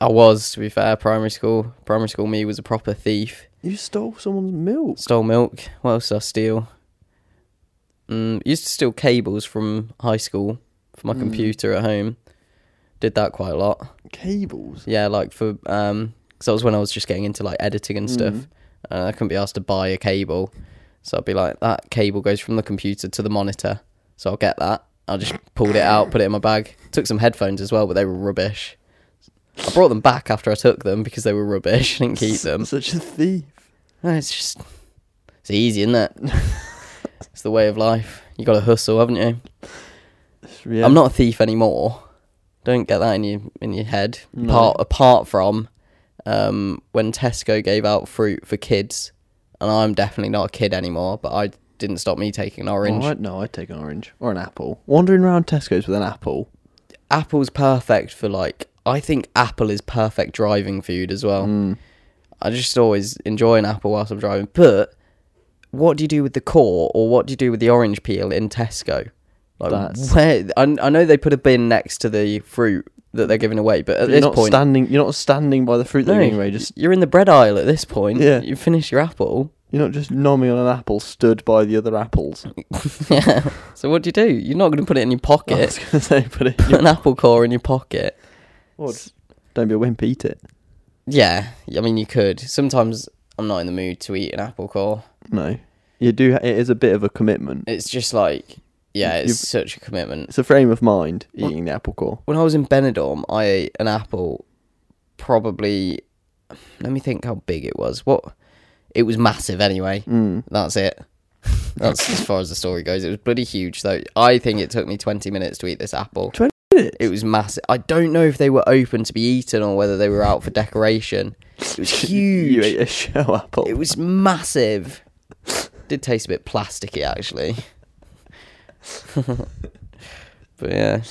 [SPEAKER 2] I was. To be fair, primary school, primary school me was a proper thief.
[SPEAKER 3] You stole someone's milk.
[SPEAKER 2] Stole milk. What else did I steal? Mm, used to steal cables from high school for my
[SPEAKER 3] Mm.
[SPEAKER 2] computer at home. Did that quite a lot.
[SPEAKER 3] Cables.
[SPEAKER 2] Yeah, like for um, because that was when I was just getting into like editing and stuff.
[SPEAKER 3] Mhm.
[SPEAKER 2] And I couldn't be asked to buy a cable, so I'd be like, that cable goes from the computer to the monitor, so I'll get that. I just pulled it out, put it in my bag. Took some headphones as well, but they were rubbish. I brought them back after I took them because they were rubbish. I didn't keep them.
[SPEAKER 3] Such a thief.
[SPEAKER 2] No, It's just it's easy, isn't it? it's the way of life. You got to hustle, haven't you?
[SPEAKER 3] Yeah.
[SPEAKER 2] I'm not a thief anymore. Don't get that in your in your head.
[SPEAKER 3] No.
[SPEAKER 2] Apart apart from um, when Tesco gave out fruit for kids, and I'm definitely not a kid anymore. But I didn't stop me taking an orange.
[SPEAKER 3] Oh, I, no, I'd take an orange or an apple. Wandering around Tesco's with an apple.
[SPEAKER 2] Apple's perfect for like. I think apple is perfect driving food as
[SPEAKER 3] Mm.
[SPEAKER 2] well. I just always enjoy an apple whilst I'm driving. But what do you do with the core, or what do you do with the orange peel in Tesco? Like
[SPEAKER 3] That's-
[SPEAKER 2] where I, I know they put a bin next to the fruit that they're giving away, but at
[SPEAKER 3] But you're
[SPEAKER 2] this
[SPEAKER 3] not
[SPEAKER 2] point,
[SPEAKER 3] standing. You're not standing by the fruit that
[SPEAKER 2] No,
[SPEAKER 3] you're giving away. Just
[SPEAKER 2] you're in the bread aisle at this point.
[SPEAKER 3] Yeah.
[SPEAKER 2] You finish your apple.
[SPEAKER 3] you're not just nomming on an apple, stood by the other apples.
[SPEAKER 2] yeah. So what do you do? You're not going to put it in your
[SPEAKER 3] I
[SPEAKER 2] pocket.
[SPEAKER 3] was gonna say, put it. in
[SPEAKER 2] Put
[SPEAKER 3] your-
[SPEAKER 2] an apple core in your pocket.
[SPEAKER 3] Or just- Don't be a wimp. Eat it.
[SPEAKER 2] Yeah. I mean, you could. Sometimes I'm not in the mood to eat an apple core.
[SPEAKER 3] No, you do. It is a bit of a commitment.
[SPEAKER 2] It's just like, yeah, it's
[SPEAKER 3] You've-
[SPEAKER 2] such a commitment.
[SPEAKER 3] It's a frame of mind
[SPEAKER 2] Well-
[SPEAKER 3] eating the apple core.
[SPEAKER 2] When I was in Benidorm, I ate an apple. Probably, let me think how big it was. What? It was massive anyway.
[SPEAKER 3] Mm.
[SPEAKER 2] That's it. That's as far as the story goes. It was bloody huge, though. I think it took me 20 minutes to eat this apple. It was massive. I don't know if they were open to be eaten or whether they were out for decoration. It was
[SPEAKER 3] You
[SPEAKER 2] huge.
[SPEAKER 3] ate a shell apple.
[SPEAKER 2] It was massive. Did taste a bit plasticky, actually. but yeah.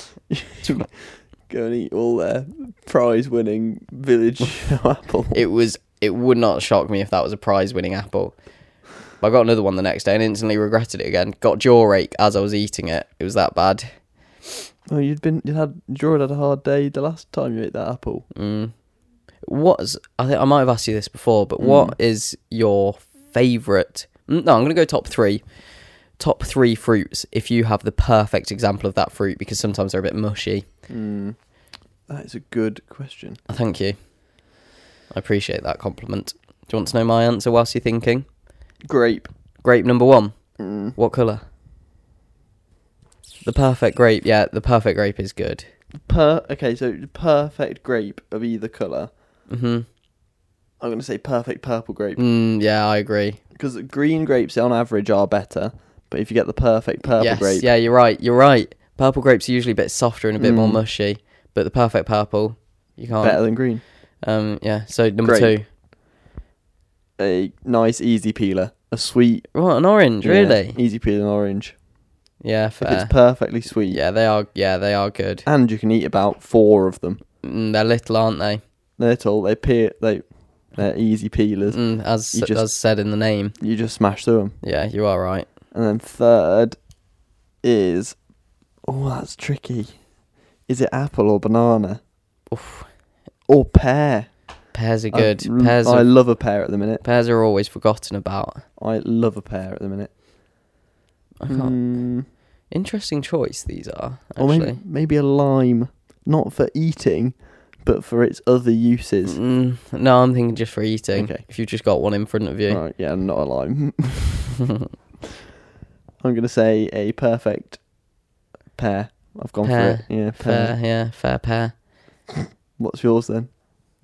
[SPEAKER 3] Go and eat all their prize-winning village shell apple.
[SPEAKER 2] It was. It would not shock me if that was a prize-winning apple. But I got another one the next day and instantly regretted it again. Got jaw ache as I was eating it. It was that bad.
[SPEAKER 3] Oh, you'd been you had Jordan had a hard day the last time you ate that apple.
[SPEAKER 2] Mm. What is? I think I might have asked you this before, but what is your favorite? mm, No, I'm going to go top three. Top three fruits. If you have the perfect example of that fruit, because sometimes they're a bit mushy.
[SPEAKER 3] Mm. That is a good question.
[SPEAKER 2] Oh, Thank you. I appreciate that compliment. Do you want to know my answer whilst you're thinking?
[SPEAKER 3] Grape.
[SPEAKER 2] Grape number one.
[SPEAKER 3] Mm.
[SPEAKER 2] What color? The perfect grape. Yeah, the perfect grape is good.
[SPEAKER 3] Per okay, so perfect grape of either color.
[SPEAKER 2] hmm
[SPEAKER 3] I'm gonna say perfect purple grape
[SPEAKER 2] Mm, yeah, I agree.
[SPEAKER 3] because green grapes on average are better, but if you get the perfect purple
[SPEAKER 2] yes,
[SPEAKER 3] grape,
[SPEAKER 2] yeah, you're right. You're right. Purple grapes are usually a bit softer and a bit more
[SPEAKER 3] Mm.
[SPEAKER 2] mushy, but the perfect purple, you can't.
[SPEAKER 3] better than green.
[SPEAKER 2] Um, yeah. So number
[SPEAKER 3] Grape.
[SPEAKER 2] two.
[SPEAKER 3] A nice easy peeler, a sweet,
[SPEAKER 2] What an orange,
[SPEAKER 3] yeah,
[SPEAKER 2] really? Yeah,
[SPEAKER 3] easy peel and orange. If
[SPEAKER 2] fair.
[SPEAKER 3] it's perfectly sweet,
[SPEAKER 2] yeah, they are. Yeah, they are good.
[SPEAKER 3] and you can eat about four of them.
[SPEAKER 2] Mm, they're little, aren't they?
[SPEAKER 3] They're little, they peel, they they're easy peelers.
[SPEAKER 2] Mm, as
[SPEAKER 3] You just-
[SPEAKER 2] as said in the name.
[SPEAKER 3] You just smash through them.
[SPEAKER 2] Yeah, you are right.
[SPEAKER 3] And then third is oh, that's tricky. Is it apple or banana?
[SPEAKER 2] Oof.
[SPEAKER 3] Or pear?
[SPEAKER 2] Pears are good.
[SPEAKER 3] I,
[SPEAKER 2] pears
[SPEAKER 3] I
[SPEAKER 2] are
[SPEAKER 3] love a pear at the minute.
[SPEAKER 2] pears are always forgotten about.
[SPEAKER 3] I love a pear at the minute.
[SPEAKER 2] I can't.
[SPEAKER 3] Mm,
[SPEAKER 2] Interesting choice these are.
[SPEAKER 3] or
[SPEAKER 2] Actually.
[SPEAKER 3] maybe, maybe a lime, not for eating, but for its other uses.
[SPEAKER 2] Mm, no, I'm thinking just for eating.
[SPEAKER 3] Okay.
[SPEAKER 2] If you've just got one in front of you.
[SPEAKER 3] Right, yeah, not a lime. I'm gonna say a perfect pear. I've gone
[SPEAKER 2] Pear.
[SPEAKER 3] for it. Yeah, pear.
[SPEAKER 2] Fair, yeah, fair pair.
[SPEAKER 3] What's yours then?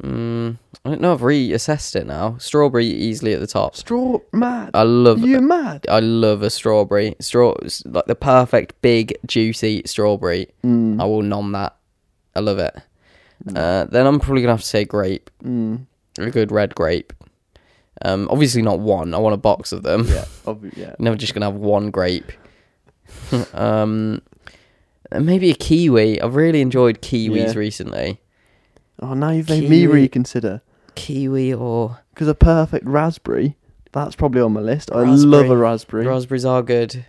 [SPEAKER 2] Mm, I don't know, I've reassessed it now. Strawberry easily at the top.
[SPEAKER 3] Straw mad.
[SPEAKER 2] I love
[SPEAKER 3] you mad?
[SPEAKER 2] I love a strawberry. Straw s- like the perfect big juicy strawberry.
[SPEAKER 3] Mm,
[SPEAKER 2] I will nom that. I love it. Uh, then I'm probably gonna have to say grape.
[SPEAKER 3] mm,
[SPEAKER 2] A good red grape. Um, obviously not one. I want a box of them.
[SPEAKER 3] yeah, obvi- yeah.
[SPEAKER 2] Never just gonna have one grape. um, and maybe a kiwi. I've really enjoyed kiwis
[SPEAKER 3] Yeah.
[SPEAKER 2] recently.
[SPEAKER 3] Oh, now you've made me
[SPEAKER 2] Kiwi.
[SPEAKER 3] reconsider.
[SPEAKER 2] Kiwi or
[SPEAKER 3] Because a perfect raspberry, that's probably on my list. I
[SPEAKER 2] Raspberry.
[SPEAKER 3] love a raspberry.
[SPEAKER 2] raspberries are good.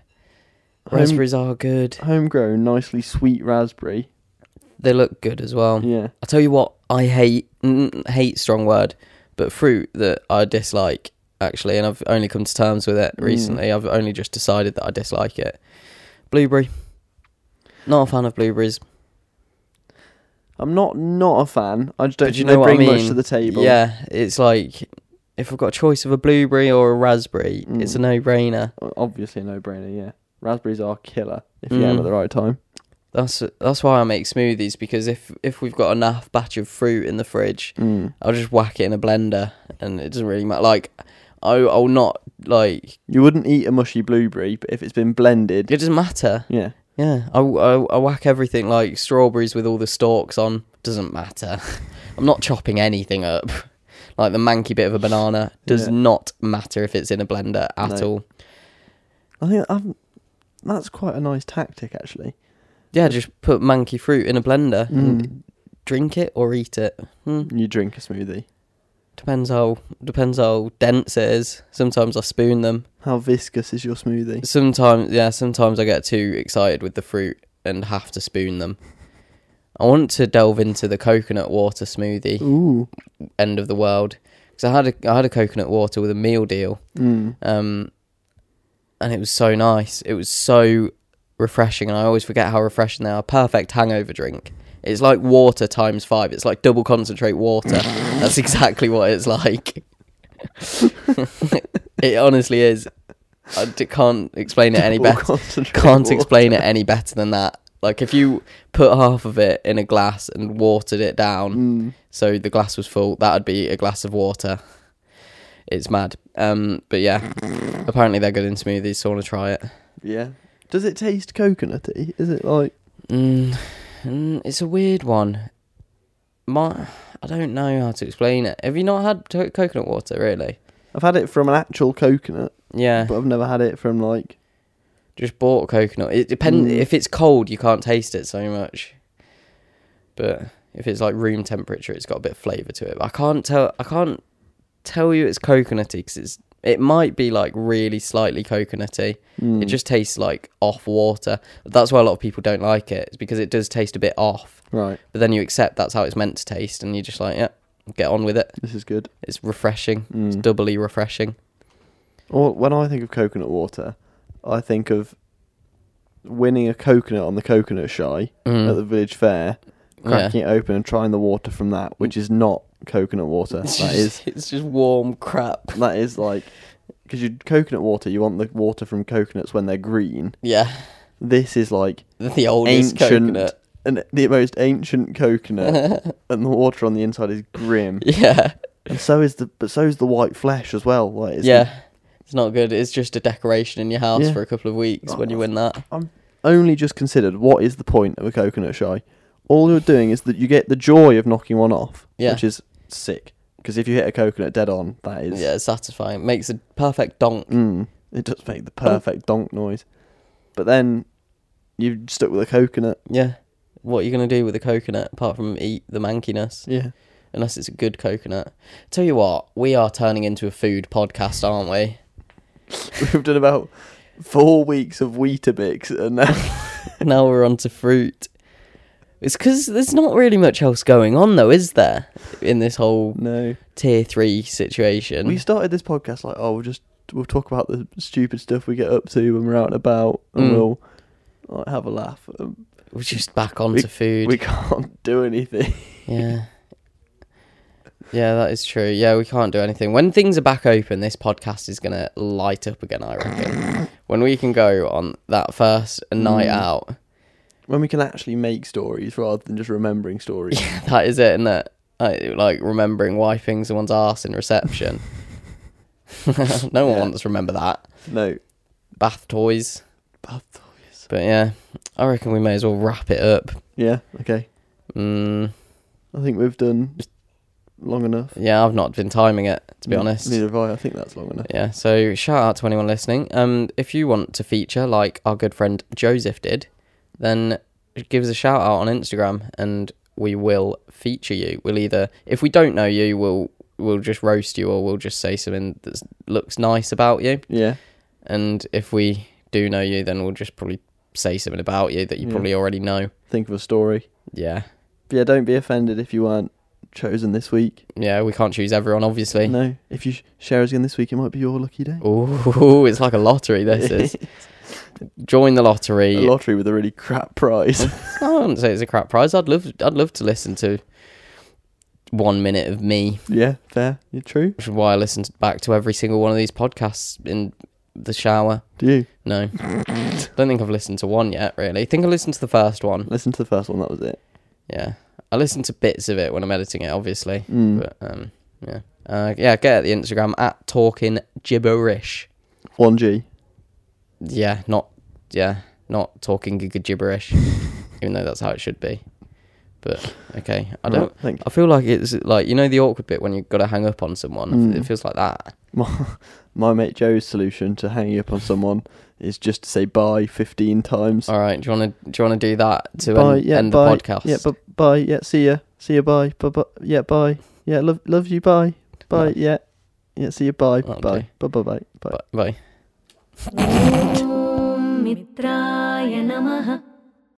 [SPEAKER 3] Home-
[SPEAKER 2] Raspberries are good.
[SPEAKER 3] Homegrown, nicely sweet raspberry.
[SPEAKER 2] They look good as well.
[SPEAKER 3] Yeah.
[SPEAKER 2] I tell you what, I hate mm, hate strong word, but fruit that I dislike actually, and I've only come to terms with it
[SPEAKER 3] Mm.
[SPEAKER 2] recently. I've only just decided that I dislike it. Blueberry. Not a fan of blueberries.
[SPEAKER 3] I'm not not a fan. I just don't
[SPEAKER 2] But you
[SPEAKER 3] think they
[SPEAKER 2] know what I
[SPEAKER 3] bring much
[SPEAKER 2] mean.
[SPEAKER 3] to the table.
[SPEAKER 2] Yeah, it's like if I've got a choice of a blueberry or a raspberry,
[SPEAKER 3] Mm.
[SPEAKER 2] it's a no-brainer.
[SPEAKER 3] O- Obviously, a no brainer, yeah. Raspberries are killer if you
[SPEAKER 2] Mm.
[SPEAKER 3] have them at the right time.
[SPEAKER 2] That's that's why I make smoothies because if if we've got enough batch of fruit in the fridge,
[SPEAKER 3] Mm.
[SPEAKER 2] I'll just whack it in a blender and it doesn't really matter. Like I I'll not like
[SPEAKER 3] You wouldn't eat a mushy blueberry, but if it's been blended,
[SPEAKER 2] it doesn't matter.
[SPEAKER 3] yeah.
[SPEAKER 2] Yeah, I, I, I whack everything like strawberries with all the stalks on. Doesn't matter. I'm not chopping anything up. Like the manky bit of a banana does
[SPEAKER 3] Yeah.
[SPEAKER 2] not matter if it's in a blender
[SPEAKER 3] No.
[SPEAKER 2] at all.
[SPEAKER 3] I think I've, that's quite a nice tactic, actually.
[SPEAKER 2] Yeah, just put manky fruit in a blender and
[SPEAKER 3] Mm.
[SPEAKER 2] drink it or eat it. Hmm.
[SPEAKER 3] You drink a smoothie.
[SPEAKER 2] Depends how depends how dense it is. Sometimes I spoon them.
[SPEAKER 3] How viscous is your smoothie?
[SPEAKER 2] Sometimes yeah, sometimes I get too excited with the fruit and have to spoon them. I want to delve into the coconut water smoothie.
[SPEAKER 3] Ooh.
[SPEAKER 2] end of the world because I had a I had a coconut water with a meal deal,
[SPEAKER 3] Mm.
[SPEAKER 2] um, and it was so nice. It was so refreshing, and I always forget how refreshing they are. Perfect hangover drink. It's like water times five. It's like double concentrate water. That's exactly what it's like. it honestly is. I d- can't explain it any
[SPEAKER 3] Double
[SPEAKER 2] better.
[SPEAKER 3] concentrate
[SPEAKER 2] Can't
[SPEAKER 3] water.
[SPEAKER 2] explain it any better than that. Like if you put half of it in a glass and watered it down,
[SPEAKER 3] Mm.
[SPEAKER 2] so the glass was full. That'd be a glass of water. It's mad. Um, but yeah, apparently they're good in smoothies, so I want to try it.
[SPEAKER 3] Yeah. Does it taste coconutty? Is it like
[SPEAKER 2] Mm, mm, it's a weird one. My, I don't know how to explain it. Have you not had to- coconut water, really?
[SPEAKER 3] I've had it from an actual coconut,
[SPEAKER 2] Yeah,
[SPEAKER 3] but I've never had it from like
[SPEAKER 2] just bought coconut. It depends.
[SPEAKER 3] Mm.
[SPEAKER 2] If it's cold, you can't taste it so much. But if it's like room temperature, it's got a bit of flavour to it. But I can't tell. I can't tell you it's coconutty because it's. It might be like really slightly coconutty.
[SPEAKER 3] mm,
[SPEAKER 2] It just tastes like off water. That's why a lot of people don't like it. It's because it does taste a bit off.
[SPEAKER 3] right.
[SPEAKER 2] But then you accept that's how it's meant to taste, and you're just like, yeah, get on with it.
[SPEAKER 3] This is good.
[SPEAKER 2] It's refreshing. It's
[SPEAKER 3] Mm.
[SPEAKER 2] doubly refreshing.
[SPEAKER 3] Or when I think of coconut water, I think of winning a coconut on the coconut shy
[SPEAKER 2] Mm.
[SPEAKER 3] at the village fair,
[SPEAKER 2] Yeah.
[SPEAKER 3] cracking it open and trying the water from that, which is not coconut water.
[SPEAKER 2] It's
[SPEAKER 3] that is
[SPEAKER 2] just, it's just warm crap.
[SPEAKER 3] that is like because you coconut water, you want the water from coconuts when they're green.
[SPEAKER 2] Yeah,
[SPEAKER 3] This is like
[SPEAKER 2] the oldest
[SPEAKER 3] ancient
[SPEAKER 2] coconut.
[SPEAKER 3] and the most ancient coconut, and the water on the inside is grim.
[SPEAKER 2] Yeah,
[SPEAKER 3] And so is the but so is the white flesh as well. Like it's
[SPEAKER 2] yeah. It's not good. It's just a decoration in your house
[SPEAKER 3] Yeah. Oh,
[SPEAKER 2] for a couple of weeks when you win that.
[SPEAKER 3] only just considered what is the point of a coconut shy? All you're doing is that you get the joy of knocking one off,
[SPEAKER 2] Yeah.
[SPEAKER 3] which is sick. Because if you hit a coconut dead on, that is
[SPEAKER 2] Yeah, it's satisfying. Makes a perfect donk.
[SPEAKER 3] mm, it does make the perfect donk noise. But then you are stuck with a coconut.
[SPEAKER 2] Yeah. What are you going to do with a coconut apart from eat the mankiness?
[SPEAKER 3] Yeah.
[SPEAKER 2] Unless it's a good coconut. Tell you what, we are turning into a food podcast, aren't we?
[SPEAKER 3] We've done about four weeks of Weetabix and now
[SPEAKER 2] now we're onto fruit. It's because there's not really much else going on, though, is there? In this whole
[SPEAKER 3] No.
[SPEAKER 2] tier three situation.
[SPEAKER 3] We started this podcast like, oh we'll just we'll talk about the stupid stuff we get up to when we're out and about and
[SPEAKER 2] Mm.
[SPEAKER 3] we'll like, have a laugh. Um,
[SPEAKER 2] We're just back onto food.
[SPEAKER 3] We can't do anything.
[SPEAKER 2] Yeah. Yeah, that is true. Yeah, we can't do anything. When things are back open, this podcast is going to light up again, I reckon. when we can go on that first night
[SPEAKER 3] Mm.
[SPEAKER 2] out.
[SPEAKER 3] When we can actually make stories rather than just remembering stories.
[SPEAKER 2] That is it, isn't it? Like, like remembering wiping someone's ass in reception. no one
[SPEAKER 3] Yeah.
[SPEAKER 2] wants to remember that.
[SPEAKER 3] no.
[SPEAKER 2] Bath toys.
[SPEAKER 3] Bath toys.
[SPEAKER 2] But yeah, I reckon we may as well wrap it up.
[SPEAKER 3] Yeah, okay.
[SPEAKER 2] Mm,
[SPEAKER 3] I think we've done long enough.
[SPEAKER 2] yeah, I've not been timing it, to be
[SPEAKER 3] Ne-
[SPEAKER 2] honest.
[SPEAKER 3] Neither have I. I think that's long enough.
[SPEAKER 2] Yeah, so shout out to anyone listening. Um, if you want to feature like our good friend Joseph did, then give us a shout out on Instagram and we will feature you. We'll either, if we don't know you, we'll we'll just roast you, or we'll just say something that looks nice about you.
[SPEAKER 3] Yeah.
[SPEAKER 2] And if we do know you, then we'll just probably say something about you that you
[SPEAKER 3] Yeah.
[SPEAKER 2] probably already know.
[SPEAKER 3] Think of a story.
[SPEAKER 2] Yeah,
[SPEAKER 3] But yeah, don't be offended if you weren't chosen this week.
[SPEAKER 2] yeah. We can't choose everyone, obviously.
[SPEAKER 3] No, if you sh- share us again this week, it might be your lucky
[SPEAKER 2] Oh,
[SPEAKER 3] day.
[SPEAKER 2] Ooh, it's like a lottery. This is join the lottery.
[SPEAKER 3] a lottery with a really crap prize.
[SPEAKER 2] I wouldn't say it's a crap prize. I'd love, I'd love to listen to one minute of me,
[SPEAKER 3] yeah, fair. You're true.
[SPEAKER 2] which is why I listen to- back to every single one of these podcasts in the shower.
[SPEAKER 3] Do you
[SPEAKER 2] No, don't think I've listened to one yet. Really, I think I listened to the first one.
[SPEAKER 3] listen to the first one? That was it.
[SPEAKER 2] Yeah, I listen to bits of it when I'm editing it, obviously.
[SPEAKER 3] Mm.
[SPEAKER 2] But um, yeah, uh, yeah. Get at the Instagram at talking gibberish.
[SPEAKER 3] One G.
[SPEAKER 2] Yeah, not yeah, not talking giga gibberish, even though that's how it should be. But okay, I don't.
[SPEAKER 3] think.
[SPEAKER 2] I feel like it's like you know the awkward bit when you've got to hang up on someone.
[SPEAKER 3] Mm.
[SPEAKER 2] It feels like that.
[SPEAKER 3] My, my mate Joe's solution to hanging up on someone is just to say bye 15 times.
[SPEAKER 2] All right, do you want to do you want to do that to
[SPEAKER 3] bye,
[SPEAKER 2] end,
[SPEAKER 3] yeah,
[SPEAKER 2] end
[SPEAKER 3] bye,
[SPEAKER 2] the podcast?
[SPEAKER 3] Yeah, bu- bye, yeah, see ya. See ya, bye. Bu- bu- yeah, bye. Yeah, love love you, bye. Bye,
[SPEAKER 2] No.
[SPEAKER 3] yeah. Yeah, see you, bye.
[SPEAKER 2] Oh,
[SPEAKER 3] bye.
[SPEAKER 2] okay.
[SPEAKER 3] Bye, bye, bye. Bye.
[SPEAKER 2] Bye. bye.
[SPEAKER 1] ॐ मित्राय नमः